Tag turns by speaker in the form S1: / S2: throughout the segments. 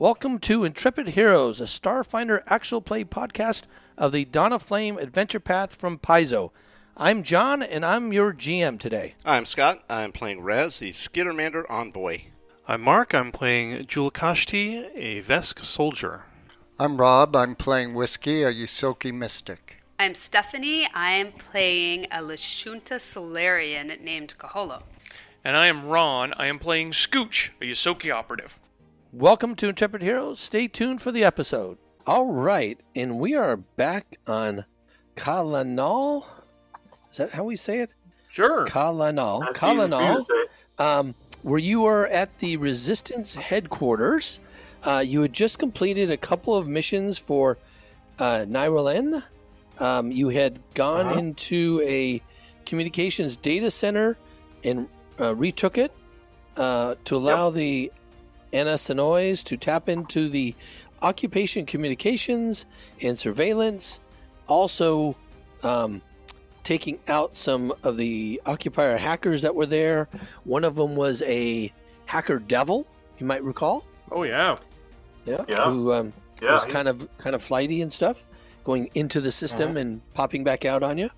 S1: Welcome to Intrepid Heroes, a Starfinder actual play podcast of the Donna Flame Adventure Path from Paizo. I'm John, and I'm your GM today.
S2: I'm Scott. I'm playing Rez, the Skittermander Envoy.
S3: I'm Uh, Mark. I'm playing Julakashti, a Vesk soldier.
S4: I'm Rob. I'm playing Whiskey, a Yusoki mystic.
S5: I'm Stephanie. I'm playing a Lashunta Solarian named Kaholo.
S6: And I am Ron. I am playing Scooch, a Yosoki operative.
S1: Welcome to Intrepid Heroes. Stay tuned for the episode. All right, and we are back on Kalanal. Is that how we say it?
S6: Sure.
S1: Kalanal.
S7: That's easy for you to
S1: Kalanal,
S7: say.
S1: um, where you were at the Resistance headquarters. Uh, you had just completed a couple of missions for uh, Nyrelen. Um, you had gone
S7: Uh-huh.
S1: into a communications data center and uh, retook it uh, to allow the Anna Sonois to tap into the occupation communications and surveillance, also um, taking out some of the occupier hackers that were there. One of them was a hacker devil, you might recall.
S6: Oh, yeah.
S1: Yeah.
S7: Yeah.
S1: Who um,
S7: Yeah,
S1: was
S7: he-
S1: kind of kind of flighty and stuff, going into the system
S7: Mm-hmm.
S1: and popping back out on you.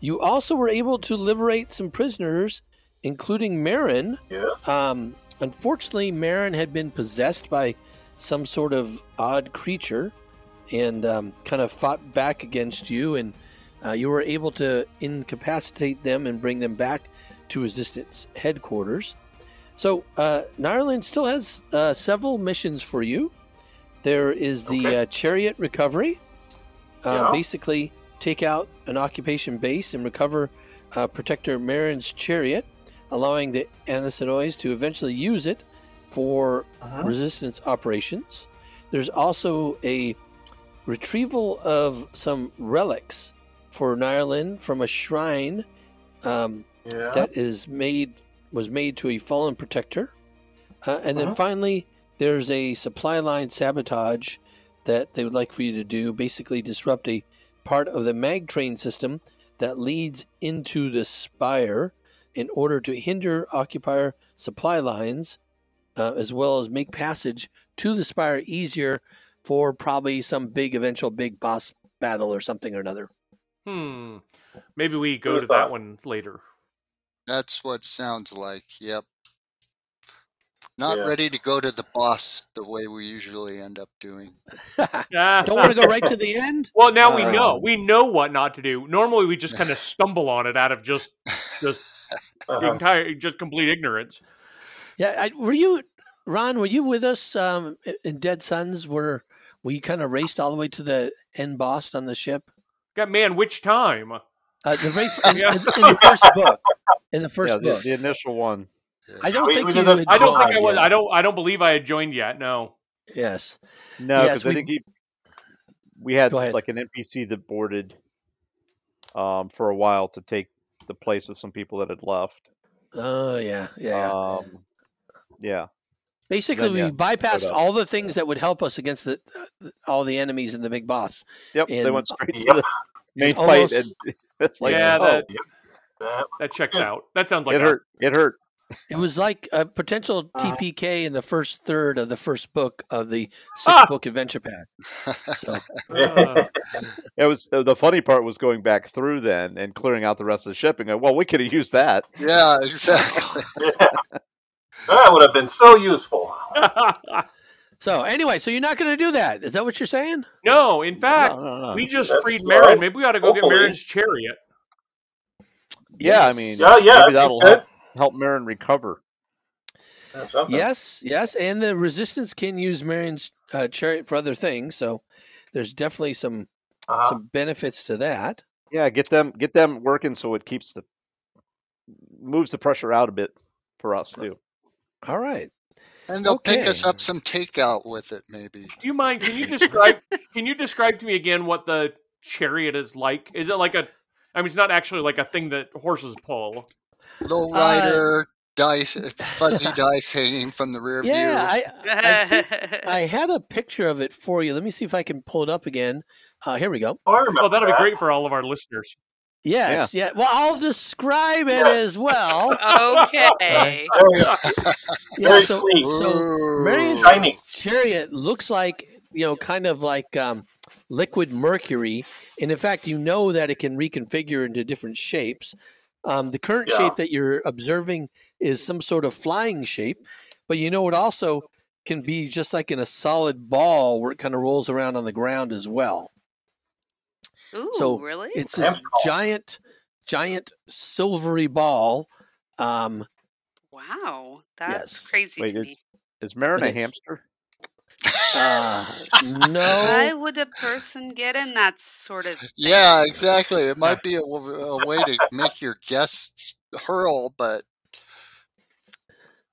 S1: You also were able to liberate some prisoners, including Marin.
S7: Yes.
S1: Um, unfortunately, Marin had been possessed by some sort of odd creature and um, kind of fought back against you, and uh, you were able to incapacitate them and bring them back to Resistance headquarters. So, uh, Nyarland still has uh, several missions for you. There is the
S7: Okay.
S1: uh, Chariot Recovery. Uh,
S7: Yeah.
S1: Basically, take out an occupation base and recover uh, Protector Marin's chariot, allowing the Anisinois to eventually use it for
S7: Uh-huh.
S1: resistance operations. There's also a retrieval of some relics for Nyarlin from a shrine um,
S7: Yeah.
S1: that is made was made to a fallen protector. Uh, and then
S7: Uh-huh.
S1: finally, there's a supply line sabotage that they would like for you to do, basically disrupt a part of the mag train system that leads into the spire in order to hinder occupier supply lines, uh, as well as make passage to the spire easier for probably some big eventual big boss battle or something or another.
S6: Hmm. Maybe we go
S7: Who'da
S6: to that
S7: thought?
S6: one later.
S4: That's what sounds like. Yep. Not
S7: Yeah.
S4: ready to go to the boss the way we usually end up doing.
S6: Ah.
S1: Don't want to go right to the end.
S6: Well, now
S8: Uh,
S6: we know.
S4: Um.
S6: We know what not to do. Normally, we just kind of stumble on it out of just just
S7: Uh-huh.
S6: entire just complete ignorance.
S1: Yeah, I, were you, Ron? Were you with us um, i- in Dead Sons? Where we kind of raced all the way to the end boss on the ship?
S6: God, man, which time?
S1: Uh, the very, in,
S6: Yeah.
S1: in the first book. In the first
S8: yeah, the,
S1: book,
S8: the initial one.
S1: I don't
S7: We-
S1: think
S7: we
S1: you.
S7: did those-
S1: had
S6: I don't think
S1: joined
S6: I was.
S1: yet.
S6: I don't. I don't believe I had joined yet. No.
S1: Yes.
S8: No,
S1: Yes,
S8: because
S1: we-
S8: I think he, we had
S1: Go ahead.
S8: like an NPC that boarded um, for a while to take the place of some people that had left.
S1: Oh yeah, yeah. yeah.
S8: Um, yeah.
S1: Basically,
S8: then, yeah,
S1: we bypassed
S8: up.
S1: all the things that would help us against the, all the enemies and the big boss.
S8: Yep. they
S1: And-
S8: went straight to
S7: Yep.
S8: the main
S1: Almost-
S8: fight, and it's like,
S6: yeah,
S8: oh,
S6: that
S7: That-
S6: that checks out. That sounds like
S8: it
S6: us.
S8: hurt. It hurt.
S1: It was like a potential TPK in the first third of the first book of the sixth
S6: Ah!
S1: book adventure path. So,
S6: Uh,
S8: It was uh, the funny part was going back through then and clearing out the rest of the ship and going, well, we could have used that.
S4: Yeah, exactly.
S7: that would have been so useful.
S6: uh,
S1: so anyway, so you're not going to do that. Is that what you're saying?
S6: no, in fact,
S8: no, no, no.
S6: we just
S7: That's-
S6: freed Marin. Maybe we ought to go get
S7: Hopefully.
S6: Marin's chariot.
S8: yeah,
S1: Yes.
S8: I mean,
S7: Yeah, yeah.
S8: maybe that'll help, help Marin recover.
S7: Yeah.
S1: Yes, yes, and the resistance can use Marion's uh, chariot for other things, so there's definitely some
S7: Uh-huh.
S1: some benefits to that.
S8: Yeah, get them get them working so it keeps the moves the pressure out a bit for us too.
S1: All right.
S4: And they'll pick us
S1: Okay.
S4: up some takeout with it, maybe.
S6: Do you mind? Can you describe? can you describe to me again what the chariot is like? Is it like a? I mean, it's not actually like a thing that horses pull.
S4: Low
S1: Uh,
S4: rider, dice, fuzzy dice hanging from the rear
S1: Yeah,
S4: view.
S1: I I, think I had a picture of it for you. Let me see if I can pull it up again. Uh, here we go.
S7: Oh, I remember
S6: Oh, that'll be
S7: that.
S6: great for all of our listeners.
S1: Yes, yeah. Well, I'll describe it
S7: Yeah.
S1: as well.
S5: Okay.
S7: There we go.
S1: Yeah,
S7: Very
S1: so,
S7: sweet.
S1: so Marion's
S7: Shiny.
S1: chariot looks like you know, kind of like um, liquid mercury, and in fact, you know that it can reconfigure into different shapes. Um, the current
S7: Yeah.
S1: shape that you're observing is some sort of flying shape, but you know it also can be just like in a solid ball where it kind of rolls around on the ground as well.
S5: Ooh,
S1: So,
S5: really?
S1: It's
S7: Damn
S1: this
S7: tall.
S1: giant, giant silvery ball. Um,
S5: wow. That's
S1: Yes.
S5: crazy
S8: Wait,
S5: to
S8: it-
S5: me.
S8: Is Marin a
S1: Okay.
S8: hamster?
S1: uh,
S5: Why
S1: no,
S5: would a person get in that sort of thing?
S4: Yeah, exactly. It might be a, w- a way to make your guests hurl, but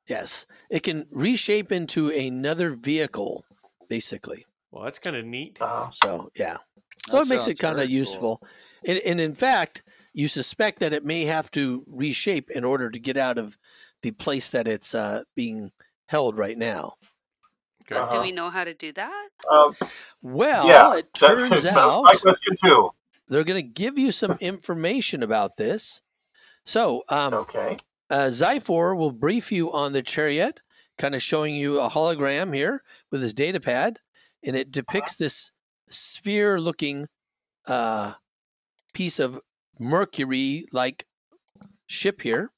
S1: yes, it can reshape into another vehicle, basically.
S6: Well, that's kind of neat.
S7: Uh,
S1: So yeah, so
S4: that
S1: it makes it
S4: sounds
S1: kind
S4: very
S1: of
S4: cool.
S1: useful, and, and in fact, you suspect that it may have to reshape in order to get out of the place that it's uh, being held right now.
S3: Okay.
S5: Do
S7: uh,
S5: we know how to do that?
S7: uh,
S1: Well,
S7: Yeah,
S1: it
S7: that-
S1: turns
S7: that's
S1: out
S7: my question too.
S1: they're going to give you some information about this. So, um,
S7: Okay.
S1: uh, Zyphor will brief you on the chariot, kind of showing you a hologram here with his data pad, and it depicts this sphere-looking uh, piece of mercury-like ship here.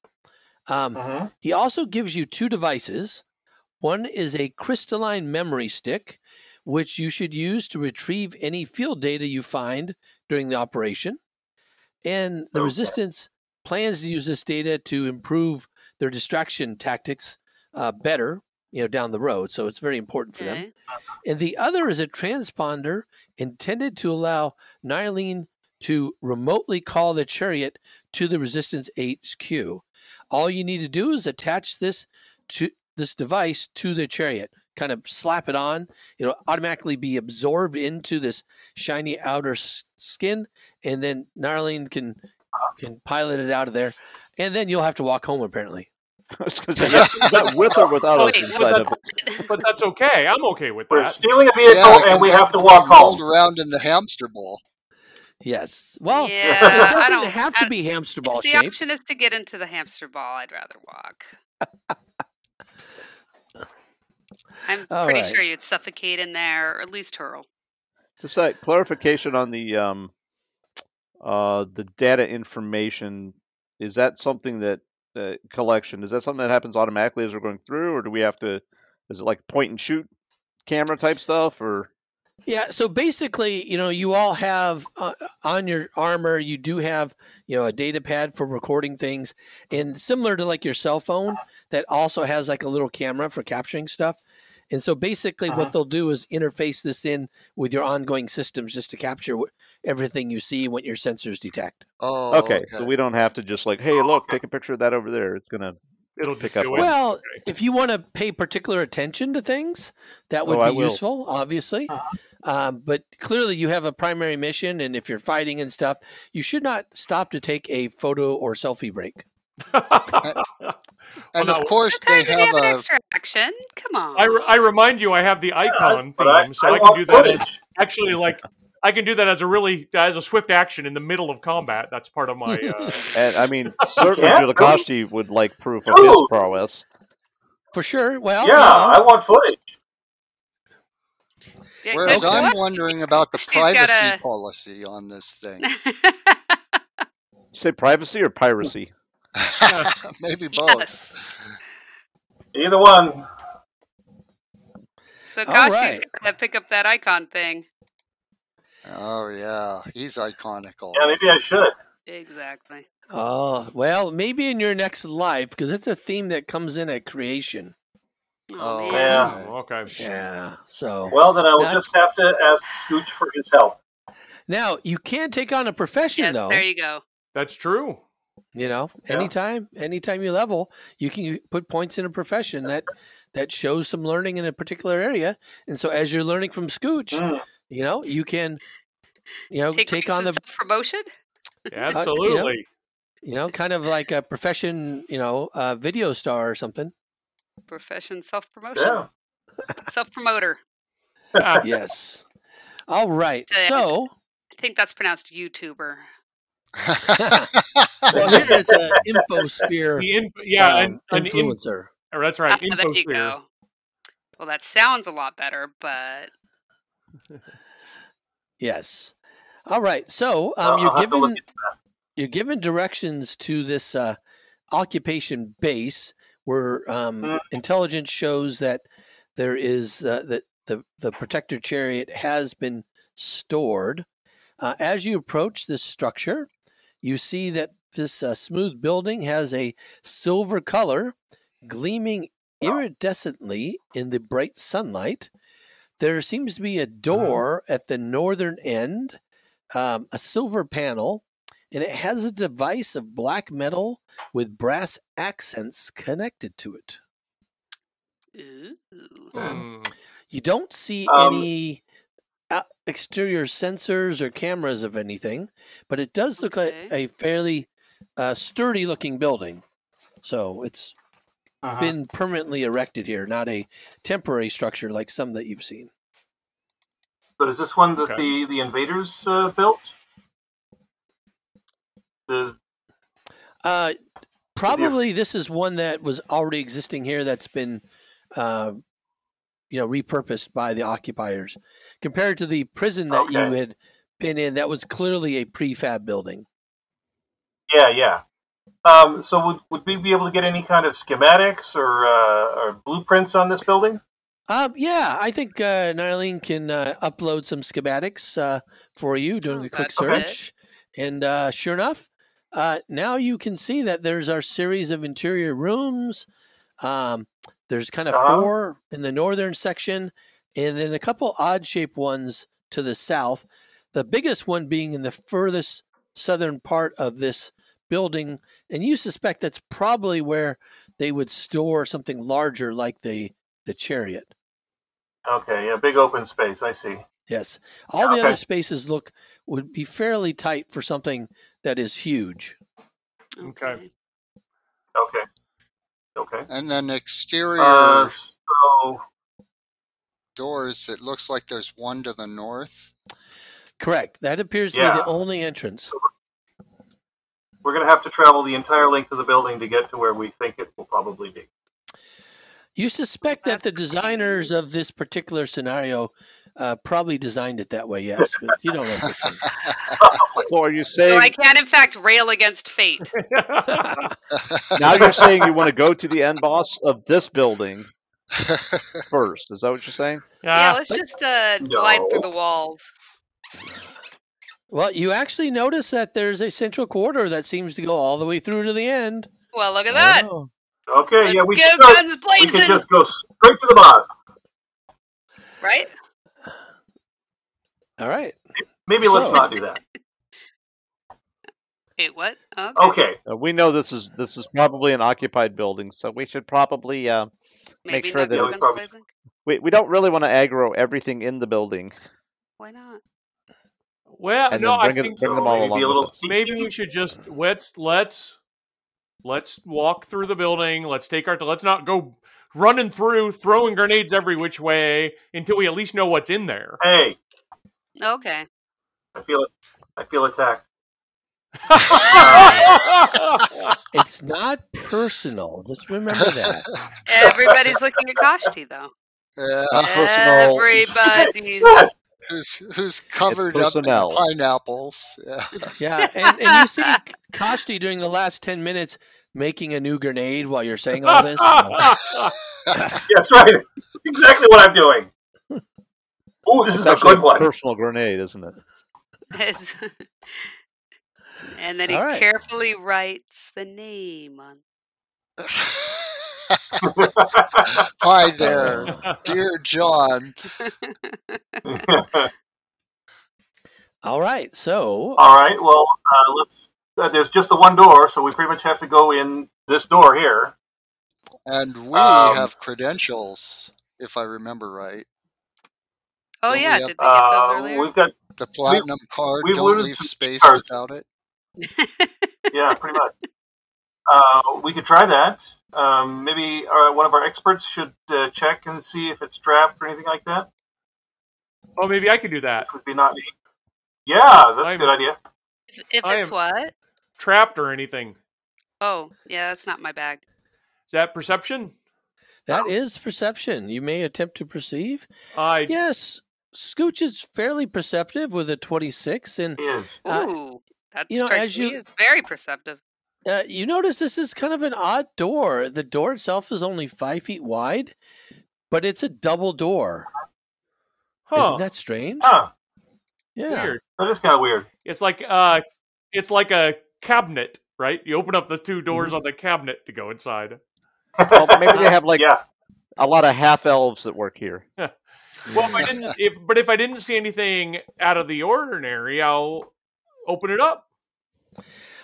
S1: Um,
S7: hmm
S1: he also gives you two devices. One is a crystalline memory stick, which you should use to retrieve any field data you find during the operation. And the
S7: Okay.
S1: resistance plans to use this data to improve their distraction tactics uh, better, you know, down the road. So it's very important for them.
S5: Okay.
S1: And the other is a transponder intended to allow Nylene to remotely call the chariot to the Resistance HQ. All you need to do is attach this to this device to the chariot, kind of slap it on. It'll automatically be absorbed into this shiny outer s- skin, and then Narlene can can pilot it out of there, and then you'll have to walk home apparently.
S8: I was gonna say, is that- is that with or without us
S5: Wait,
S8: inside of it?
S6: But that's okay. I'm okay with
S7: We're
S6: that.
S7: stealing a vehicle
S4: Yeah,
S7: and we
S4: compared
S7: have to walk
S4: rolled
S7: home.
S4: around in the hamster bowl.
S1: Yes. Well,
S5: yeah,
S1: it doesn't
S5: I don't
S1: have to
S5: I-
S1: be hamster
S5: if
S1: ball
S5: the
S1: shaped.
S5: option is to get into the hamster ball. I'd rather walk. I'm
S1: All
S5: pretty
S1: right.
S5: sure you'd suffocate in there, or at least hurl.
S8: Just a clarification on the um, uh, the data information. Is that something that uh, collection? Is that something that happens automatically as we're going through, or do we have to? Is it like point and shoot camera type stuff, or
S1: Yeah, so basically, you know, you all have uh, on your armor, you do have, you know, a data pad for recording things. And similar to like your cell phone, that also has like a little camera for capturing stuff. And so basically,
S7: Uh-huh.
S1: what they'll do is interface this in with your ongoing systems just to capture wh- everything you see when your sensors detect.
S4: Oh,
S8: okay, so we don't have to just like, hey, look, take a picture of that over there. It's gonna
S6: It'll
S8: pick
S6: do
S8: up
S6: it.
S8: on-
S1: Well, if you want to pay particular attention to things, that would
S8: Oh, I
S1: be
S8: will.
S1: useful, obviously. Um, but clearly, you have a primary mission, and if you're fighting and stuff, you should not stop to take a photo or selfie break.
S4: and
S6: Well,
S4: of
S6: no.
S4: course they
S5: Sometimes you
S4: have
S5: have an
S4: a
S5: extra action. Come on.
S6: I, re- I remind you, I have the icon
S7: But I,
S6: theme, so I,
S7: I
S6: can
S7: want
S6: do that. As,
S7: footage.
S6: actually, like I can do that as a really as a swift action in the middle of combat. That's part of my. Uh,
S8: And I mean, certainly
S7: Yeah,
S8: Julikoshi would like proof of his
S7: Dude.
S8: prowess.
S1: For sure. Well,
S7: yeah,
S1: you know,
S7: I want footage.
S5: Yeah,
S4: Whereas
S5: good
S4: I'm
S5: luck.
S4: wondering about the
S5: She's got
S4: privacy
S5: a-
S4: policy on this thing.
S8: You say privacy or piracy?
S4: Maybe both.
S5: yes.
S7: Either one.
S5: So
S1: All
S5: gosh, she's
S1: right.
S5: gonna pick up that icon thing.
S4: Oh yeah, he's iconical.
S7: Yeah, maybe I should.
S5: Exactly.
S1: oh, well, maybe in your next life, because it's a theme that comes in at creation.
S5: Oh,
S4: Oh,
S5: man.
S7: Yeah.
S6: okay.
S1: Yeah. So
S7: Well, then I will
S1: Not-
S7: just have to ask Scooch for his help.
S1: now you can take on a profession,
S5: Yes,
S1: though.
S5: there you go.
S6: That's true.
S5: Uh,
S1: You know,
S7: Yeah.
S1: anytime, anytime you level, you can put points in a profession that that shows some learning in a particular area. And so, as you're learning from Scooch,
S7: Mm.
S1: you know, you can, you know,
S5: Take,
S1: take, on the,
S5: promotion.
S6: Absolutely.
S1: you know, kind of like a profession, you know, uh, video star or something.
S5: Profession self promotion.
S7: Yeah.
S5: Self promoter.
S6: Ah,
S1: Yes. All right.
S5: Yeah.
S1: So,
S5: I think that's pronounced YouTuber.
S1: Well, here it's an infosphere.
S6: The inf- yeah,
S1: um,
S6: an, an in-
S1: influencer.
S6: or that's right.
S5: Ah, there you
S6: Infosphere.
S5: go. Well, that sounds a lot better, but
S1: Yes. All right. So
S7: I'll-
S1: um, you're
S7: I'll
S6: Uh-huh.
S7: have to look
S1: given you're given directions to this uh, occupation base where um,
S7: Mm.
S1: intelligence shows that there is uh, that the the protector chariot has been stored. Uh, as you approach this structure, you see that this uh, smooth building has a silver color gleaming iridescently in the bright sunlight. There seems to be a door at the northern end, um, a silver panel, and it has a device of black metal with brass accents connected to it.
S5: ooh.
S6: Hmm.
S1: You don't see
S7: Um,
S1: any out- exterior sensors or cameras of anything, but it does look like
S5: Okay.
S1: a fairly uh, sturdy looking building. So it's
S7: Mhm.
S1: been permanently erected here, not a temporary structure like some that you've seen.
S7: But is this one that
S6: Okay.
S7: the the invaders uh, built? The
S1: Uh, probably this is one that was already existing here that's been, uh, you know, repurposed by the occupiers. Compared to the prison that you
S7: Okay.
S1: had been in, that was clearly a prefab building.
S7: yeah, yeah. Um, so would, would we be able to get any kind of schematics or uh, or blueprints on this building?
S1: Um, yeah, I think uh, Nylene can uh, upload some schematics uh, for you doing
S5: Oh,
S1: a quick
S5: that's good.
S1: search. And uh, sure enough, uh, now you can see that there's our series of interior rooms. Um, there's kind of
S7: Uh-huh.
S1: four in the northern section, and then a couple odd shaped ones to the south. The biggest one being in the furthest southern part of this building. And you suspect that's probably where they would store something larger like the, the chariot.
S7: Okay, yeah, big open space. I see.
S1: Yes. All the other
S7: Okay.
S1: spaces look would be fairly tight for something that is huge.
S5: Mm,
S6: Okay.
S7: Okay, okay.
S4: and an exterior
S7: Uh, so
S4: doors. It looks like there's one to the north.
S1: Correct. That appears to be
S7: Yeah.
S1: the only entrance.
S7: we're gonna have to travel the entire length of the building to get to where we think it will probably be.
S1: You suspect that the
S5: That's
S1: designers of this particular scenario uh, probably designed it that way, yes, but you don't know for sure.
S8: So are you
S5: So I
S8: saying
S5: can, in fact, rail against fate.
S8: now you're saying you want to go to the end boss of this building first? Is that what you're saying?
S5: yeah,
S6: Ah,
S5: let's just uh, glide through
S7: No.
S5: the walls.
S1: Well, you actually notice that there's a central corridor that seems to go all the way through to the end.
S5: Well, look at
S1: I
S5: that.
S1: don't know.
S7: Okay,
S5: Let's
S7: yeah, we
S5: go
S7: can
S5: guns
S7: we
S5: blazing,
S7: can just go straight to the boss.
S5: right?
S1: All right.
S7: Maybe let's
S1: So-
S7: not do that.
S5: Wait, what? Oh, Okay.
S7: Okay,
S8: Uh, we know this is this is probably an occupied building, so we should probably uh,
S5: Maybe
S8: sure
S5: not
S8: that
S5: go
S7: it's-
S5: guns blazing.
S8: we we don't really want to aggro everything in the building
S5: Why not?
S6: well,
S8: and
S6: no,
S8: then
S6: I
S8: bring, it,
S6: think
S8: bring
S6: so.
S8: them all
S7: Maybe be a
S8: along.
S7: little
S8: with us.
S6: Maybe we should just let's let's let's walk through the building. Let's take our let's not go running through, throwing grenades every which way until we at least know what's in there.
S7: hey,
S5: Okay.
S7: I feel I feel attacked.
S1: It's not personal. Just remember that.
S5: Everybody's looking at Kashti, though.
S4: Yeah,
S8: Not personal.
S5: Everybody's.
S7: Yes,
S4: who's who's covered
S8: It's
S4: up in
S8: personnel.
S4: pineapples? Yeah.
S1: Yeah, and, and you see Kosti during the last ten minutes making a new grenade while you're saying all this. so-
S7: yes, right. Exactly what I'm doing. Oh, this
S8: It's
S7: is a
S8: actually
S7: good one.
S8: personal grenade, isn't it?
S5: It's- and then he
S1: All right.
S5: carefully writes the name on.
S4: Hi there, dear John.
S1: All right, so
S7: All right. Well, uh, let's. Uh, there's just the one door, so we pretty much have to go in this door here.
S4: And we
S7: Um,
S4: have credentials, if I remember right.
S5: Oh
S4: Don't we
S5: yeah,
S4: have-
S5: did they get those
S7: Uh,
S5: earlier?
S7: we've got
S4: The platinum card.
S7: we
S4: don't
S7: looted
S4: leave
S7: some
S4: space
S7: cards.
S4: without it.
S7: yeah, pretty much. Uh, we could try that. Um, maybe uh, one of our experts should uh, check and see if it's trapped or anything like that.
S6: oh, maybe I could do that.
S7: Which would be not me. Yeah, that's a
S6: I'm-
S7: good idea.
S5: If, if
S6: I
S5: it's
S6: am-
S5: what?
S6: Trapped or anything?
S5: Oh, yeah, that's not my bag.
S6: Is that perception?
S1: That is perception. You may attempt to perceive.
S6: I
S1: Yes, Scooch is fairly perceptive with a 26. And
S7: He is.
S5: Ooh,
S1: Uh,
S5: that
S1: you know,
S5: strikes
S1: as
S5: me
S1: you-
S5: as very perceptive.
S1: uh, you notice this is kind of an odd door. The door itself is only five feet wide, but it's a double door.
S6: huh?
S1: Isn't that strange?
S7: Huh.
S1: yeah.
S6: Weird.
S7: That is kind of weird.
S6: It's like uh, it's like a cabinet, right? You open up the two doors
S8: Mm-hmm.
S6: on the cabinet to go inside.
S8: Well, maybe they have like
S7: yeah.
S8: a lot of half elves that work here.
S6: Well, if I didn't, if but if I didn't see anything out of the ordinary, I'll open it up.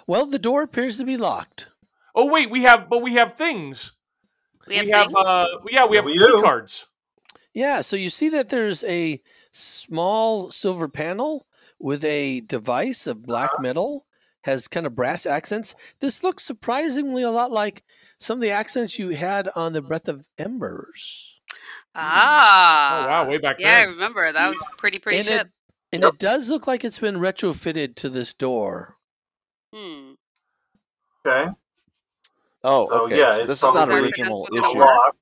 S1: Well, the door appears to be locked.
S6: Oh wait, we have, but we have things.
S5: We have, things?
S6: uh, yeah, we
S7: Yeah,
S6: have
S7: we
S6: key
S7: do.
S6: cards.
S1: Yeah, so you see that there's a small silver panel with a device of black metal, has kind of brass accents. This looks surprisingly a lot like some of the accents you had on the Breath of Embers.
S5: ah.
S6: oh wow, way back
S5: Yeah, I
S6: then.
S5: remember. That was pretty, pretty
S1: and
S5: ship.
S1: it, and it does look like it's been retrofitted to this door.
S5: Hmm.
S7: Okay.
S8: Oh,
S7: So,
S8: okay.
S7: yeah,
S8: So
S7: it's
S8: this is not
S5: probably-
S8: a regional
S5: That's what
S8: issue.
S5: they want.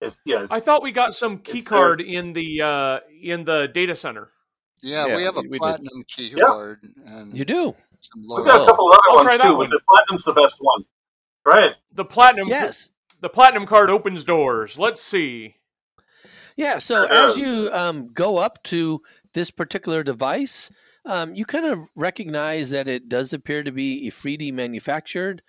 S7: It's, yeah, it's,
S6: I thought we got some key
S7: It's there.
S6: card in the uh, in the data center.
S4: Yeah,
S8: Yeah,
S4: we have a
S8: we- we did.
S4: platinum key
S7: Yeah.
S4: card and
S1: You do.
S4: some
S7: we've
S4: lower.
S7: got a couple of
S6: I'll
S7: other
S6: try
S7: ones
S6: that
S7: too,
S6: one.
S7: but the platinum's the best one. Right.
S6: The platinum,
S1: Yes.
S6: the platinum card opens doors. Let's see.
S1: Yeah, so
S7: It
S1: as
S7: does.
S1: you um, go up to this particular device, um, you kind of recognize that it does appear to be Ifriti manufactured.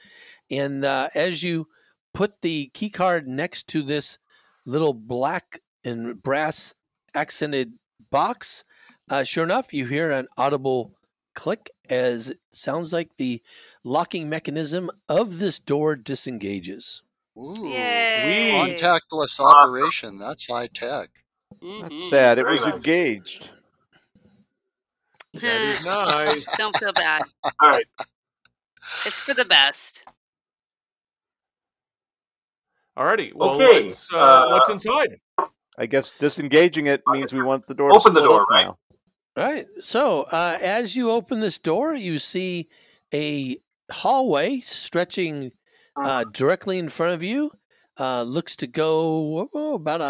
S1: And uh, as you put the key card next to this little black and brass accented box, uh, sure enough, you hear an audible click as it sounds like the locking mechanism of this door disengages.
S4: Ooh,
S5: Yay.
S4: contactless operation. That's high tech.
S8: That's
S5: Mhm.
S8: sad.
S7: Mm-hmm.
S8: It
S7: Very
S8: was
S7: nice.
S8: engaged.
S6: That
S5: Hmm.
S6: is nice.
S5: Don't feel bad.
S7: All right.
S5: It's for the best.
S6: Alrighty. Well,
S7: Okay,
S6: let's, uh,
S7: uh,
S6: what's inside?
S8: I guess disengaging it means we want the door.
S7: Open the
S8: to split
S7: door,
S8: up
S7: right?
S8: Now.
S1: All right. So uh, as you open this door, you see a hallway stretching uh, directly in front of you. Uh, looks to go oh, about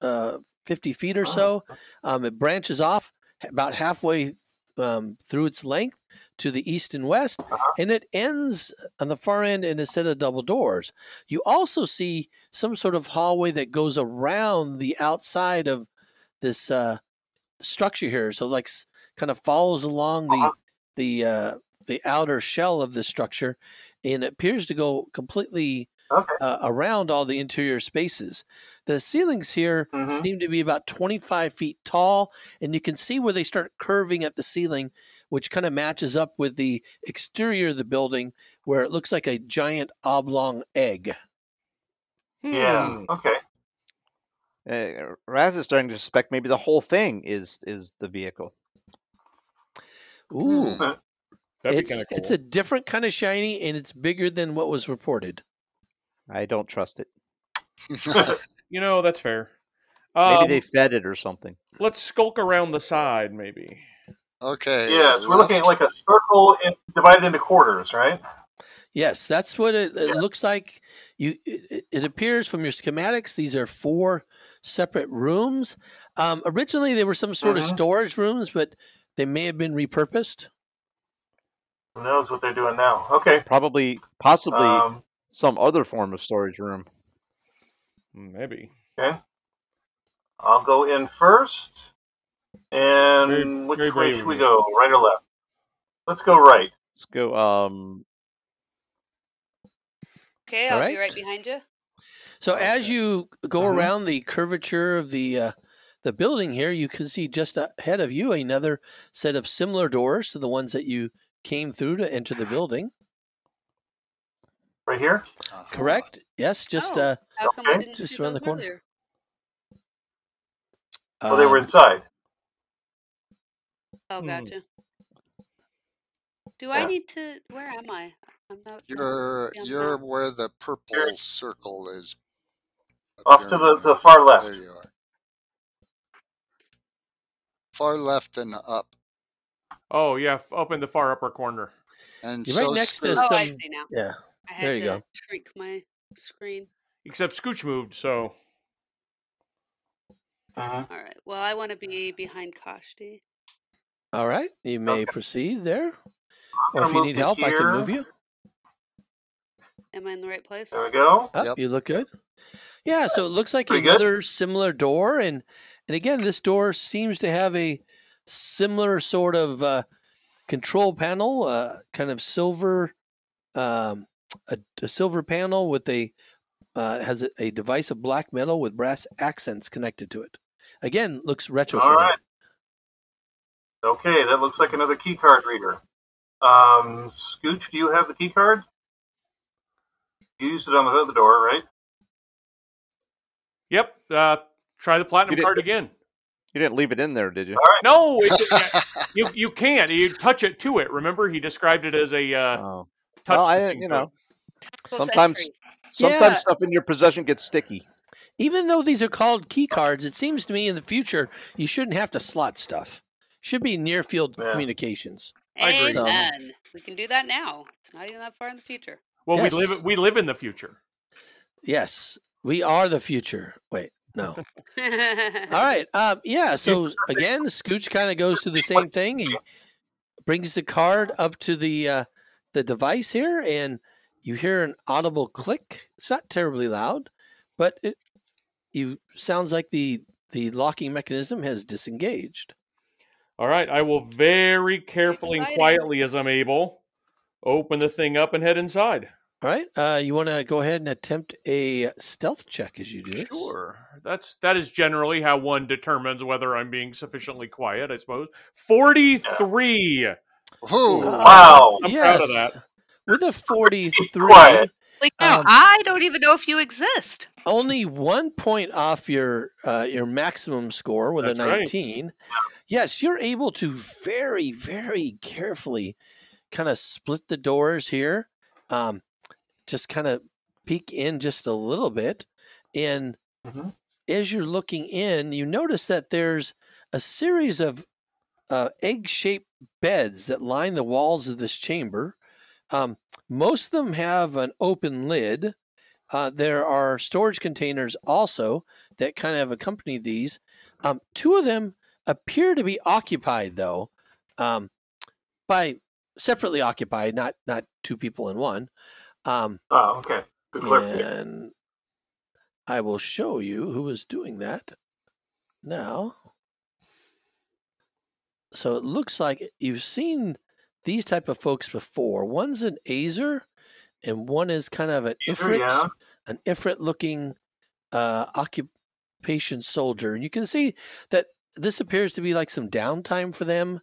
S1: a uh, fifty feet or so. Um, it branches off about halfway um, through its length to the east and west, and it ends on the far end in a set of double doors. You also see some sort of hallway that goes around the outside of this. Uh, structure here. So like s- kind of follows along the the uh, the outer shell of the structure, and appears to go completely
S7: Okay.
S1: uh, around all the interior spaces. The ceilings here
S7: Mhm.
S1: seem to be about 25 feet tall, and you can see where they start curving at the ceiling, which kind of matches up with the exterior of the building, where it looks like a giant oblong egg.
S7: Yeah. Okay.
S8: Uh, Raz is starting to suspect maybe the whole thing is is the vehicle.
S1: Ooh.
S4: Hmm.
S1: it's, it's a different kind of shiny and it's bigger than what was reported.
S8: I don't trust it.
S6: You know, that's fair.
S8: Maybe
S6: Um,
S8: they fed it or something.
S6: Let's skulk around the side, maybe.
S4: okay. uh,
S7: Yes, we're
S4: left-
S7: looking at like a circle in, divided into quarters, right?
S1: Yes, that's what it, it
S7: Yeah.
S1: looks like. You, it, it appears from your schematics, these are four separate rooms. Um, originally, they were some sort of
S7: Mhm.
S1: storage rooms, but they may have been repurposed.
S7: Who knows what they're doing now? Okay.
S8: Probably, possibly
S7: Um,
S8: some other form of storage room.
S6: Hmm, Maybe.
S7: I'll go in first. And
S6: Very-
S7: which
S6: very
S7: way
S6: brave
S7: should
S6: of
S7: we
S6: you.
S7: go? Right or left? Let's go right.
S8: Let's go. Um,
S5: Okay,
S1: All
S5: I'll be
S1: right.
S5: right behind you.
S1: So as you go
S7: Mhm.
S1: around the curvature of the uh, the building here, you can see just ahead of you another set of similar doors to the ones that you came through to enter the building.
S7: Right here?
S4: Uh-huh.
S1: Correct? Yes, just
S5: Oh,
S1: uh,
S5: How come I
S7: Okay.
S5: didn't
S1: Just
S5: see
S1: around
S5: those
S1: the corner.
S5: earlier?
S7: Well, they were
S1: um,
S7: inside.
S5: Oh,
S6: Hmm.
S5: gotcha. Do I
S7: Yeah.
S5: need to? Where am I? I'm not. Oh,
S4: You're
S5: Yeah.
S4: you're where the purple circle is.
S7: Off to the,
S4: appearing.
S7: to the far left.
S4: There you are. Far left and up.
S6: Oh yeah, f- up in the far upper corner.
S4: And
S1: You're right
S4: so
S1: next to
S4: screwed.
S5: Oh, I
S1: Some-
S5: see now.
S1: Yeah.
S5: I
S1: there
S5: had
S1: you
S5: to
S1: go.
S5: shrink my screen.
S6: Except Scooch moved, so
S7: Mhm.
S5: All right. Well, I want to be behind Kashti.
S1: All right. You may proceed there. Or
S7: gonna
S1: if you
S7: move
S1: need
S7: to
S1: help, I can
S7: here.
S1: move you.
S5: Am I in the right place?
S7: There we go.
S1: Up,
S4: Yep.
S1: Oh, You look good. Yeah, so it looks like
S7: Pretty good.
S1: another similar door, and and again, this door seems to have a similar sort of uh, control panel, uh, kind of silver, um, a, a silver panel with a uh, has a, a device of black metal with brass accents connected to it. Again, looks retrofitted.
S7: All right. Okay, that looks like another key card reader. Um, Scooch, do you have the key card? You used it on the other door, right?
S6: yep. Uh, try the platinum
S8: You did-
S6: card again.
S8: You didn't leave it in there, did you?
S6: No, it's, you you can't. You touch it to it. Remember, he described it as a uh,
S8: Oh.
S6: touch.
S8: Well, I-
S6: machine,
S8: you
S6: but-
S8: know,
S5: Tactical
S8: Sometimes-
S5: sentry.
S1: Yeah.
S8: Sometimes stuff in your possession gets sticky. Uh,
S1: Even though these are called key cards, it seems to me in the future you shouldn't have to slot stuff. Should be near field
S7: Yeah.
S1: communications.
S6: I agree.
S1: So-
S5: Amen. We can do that now. It's not even that far in the future.
S6: Well,
S1: Yes.
S6: we live we live in the future.
S1: Yes, we are the future. Wait, no. All right. Um, yeah. So again, Scooch kind of goes through the same thing. He brings the card up to the uh, the device here, and you hear an audible click. It's not terribly loud, but it you sounds like the the locking mechanism has disengaged.
S6: All right, I will very carefully and
S5: Exciting.
S6: quietly as I'm able open the thing up and head inside.
S1: All right. Uh, you want to go ahead and attempt a stealth check as you do this.
S6: Sure. That's that is generally how one determines whether I'm being sufficiently quiet, I suppose. 43.
S4: Who?
S7: Oh, Wow.
S1: Um,
S6: I'm proud of that.
S1: With a forty-three.
S7: quiet.
S5: Like, no,
S1: Um,
S5: I don't even know if you exist.
S1: only one point off your uh, your maximum score with
S6: That's
S1: a
S6: right.
S1: 19 yes you're able to very very carefully kind of split the doors here um, just kind of peek in just a little bit and
S7: Mhm.
S1: as you're looking in you notice that there's a series of uh, egg-shaped beds that line the walls of this chamber um, most of them have an open lid uh, there are storage containers also that kind of accompany these. Um, two of them appear to be occupied, though, um, by separately occupied, not not two people in one. Um,
S7: Oh, okay. Good clarification.
S1: and I will show you who is doing that now. So it looks like you've seen these type of folks before. One's an Azer, and one is kind of an
S7: Azer,
S1: Ifrit,
S7: yeah.
S1: an Ifrit-looking uh, occupation soldier. And you can see that this appears to be like some downtime for them.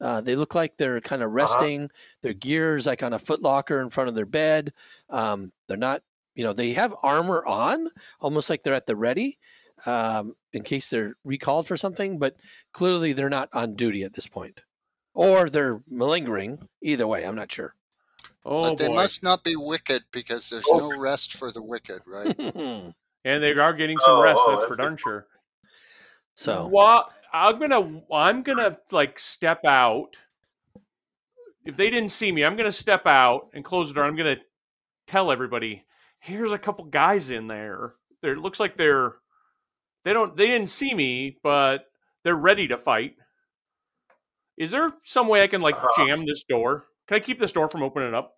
S1: Uh, they look like they're kind of resting. Their gear is like on a footlocker in front of their bed. Um, they're not you know they have armor on almost like they're at the ready um, in case they're recalled for something but clearly they're not on duty at this point or they're malingering either way i'm not sure
S6: Oh
S4: But they
S6: boy.
S4: must not be wicked because there's
S7: Oh.
S4: no rest for the wicked, right?
S6: And they are getting some
S7: Oh,
S6: rest,
S7: oh,
S6: that's for
S7: that's good.
S6: darn sure.
S1: so
S6: Wha- I'm gonna I'm gonna like step out. If they didn't see me, I'm gonna step out and close the door. I'm gonna tell everybody, here's a couple guys in there. There looks like they're they don't they didn't see me, but they're ready to fight. Is there some way I can like
S7: Uh-huh.
S6: jam this door? Can I keep this door from opening up?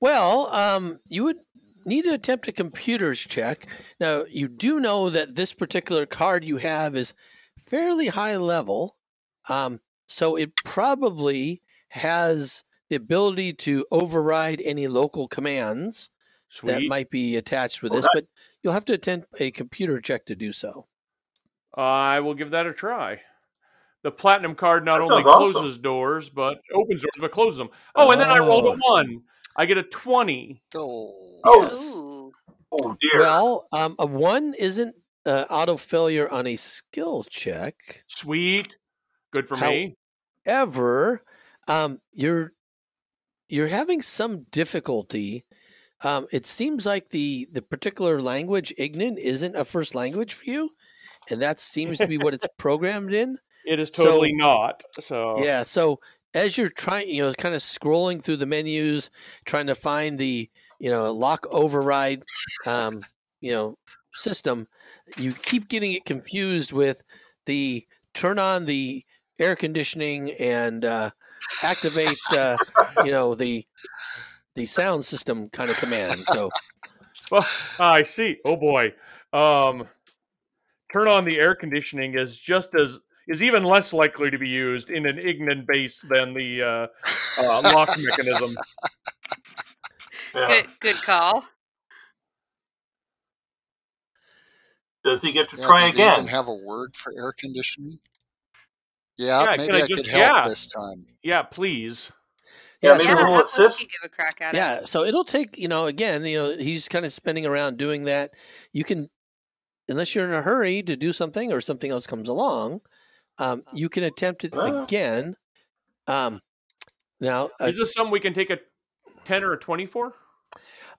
S1: well um, you would need to attempt a computer's check now you do know that this particular card you have is fairly high level um, so it probably has the ability to override any local commands
S6: Sweet.
S1: that might be attached with
S7: Well,
S1: this, but you'll have to attend a computer check to do so.
S6: I will give that a try. The platinum card not
S7: That
S6: only
S7: sounds awesome.
S6: closes doors, but opens doors, but closes them. Oh, and then I rolled a
S1: Oh.
S6: one. I get a twenty.
S4: Oh.
S7: Oh.
S5: Ooh.
S7: Oh dear.
S1: Well, um, a one isn't uh, auto failure on a skill check.
S6: Sweet, good for
S1: How-
S6: me.
S1: Ever, um, you're you're having some difficulty. Um, it seems like the the particular language Ignan isn't a first language for you, and that seems to be what it's programmed in.
S6: It is
S1: so-
S6: totally not. So
S1: Yeah, so as you're trying, you know, kind of scrolling through the menus, trying to find the, you know, lock override, um, you know, system, you keep getting it confused with the turn on the air conditioning and uh, activate, uh, you know, the the sound system kind of command. So
S6: Well, I see. Oh boy. Um, turn on the air conditioning is just as is even less likely to be used in an ignan base than the uh, uh, lock mechanism.
S7: Yeah.
S5: Good, good call.
S7: Does he get to
S4: Yeah,
S7: try
S4: do they
S7: again?
S4: Even have a word for air conditioning? Yeah,
S6: Yeah,
S4: maybe
S6: can I
S4: I,
S6: just-
S4: could help
S6: yeah.
S4: this time.
S6: Yeah, please.
S7: Yeah,
S1: yeah,
S7: maybe
S1: so-
S5: yeah,
S7: we'll
S5: have Whiskey
S7: assist.
S5: give a crack at it.
S1: yeah, so it'll take you know again, you know, he's kind of spinning around doing that. You can, unless you're in a hurry to do something or something else comes along, um, you can attempt it
S7: Ah.
S1: again. Um, now, uh,
S6: Is this something we can take a ten or a twenty for?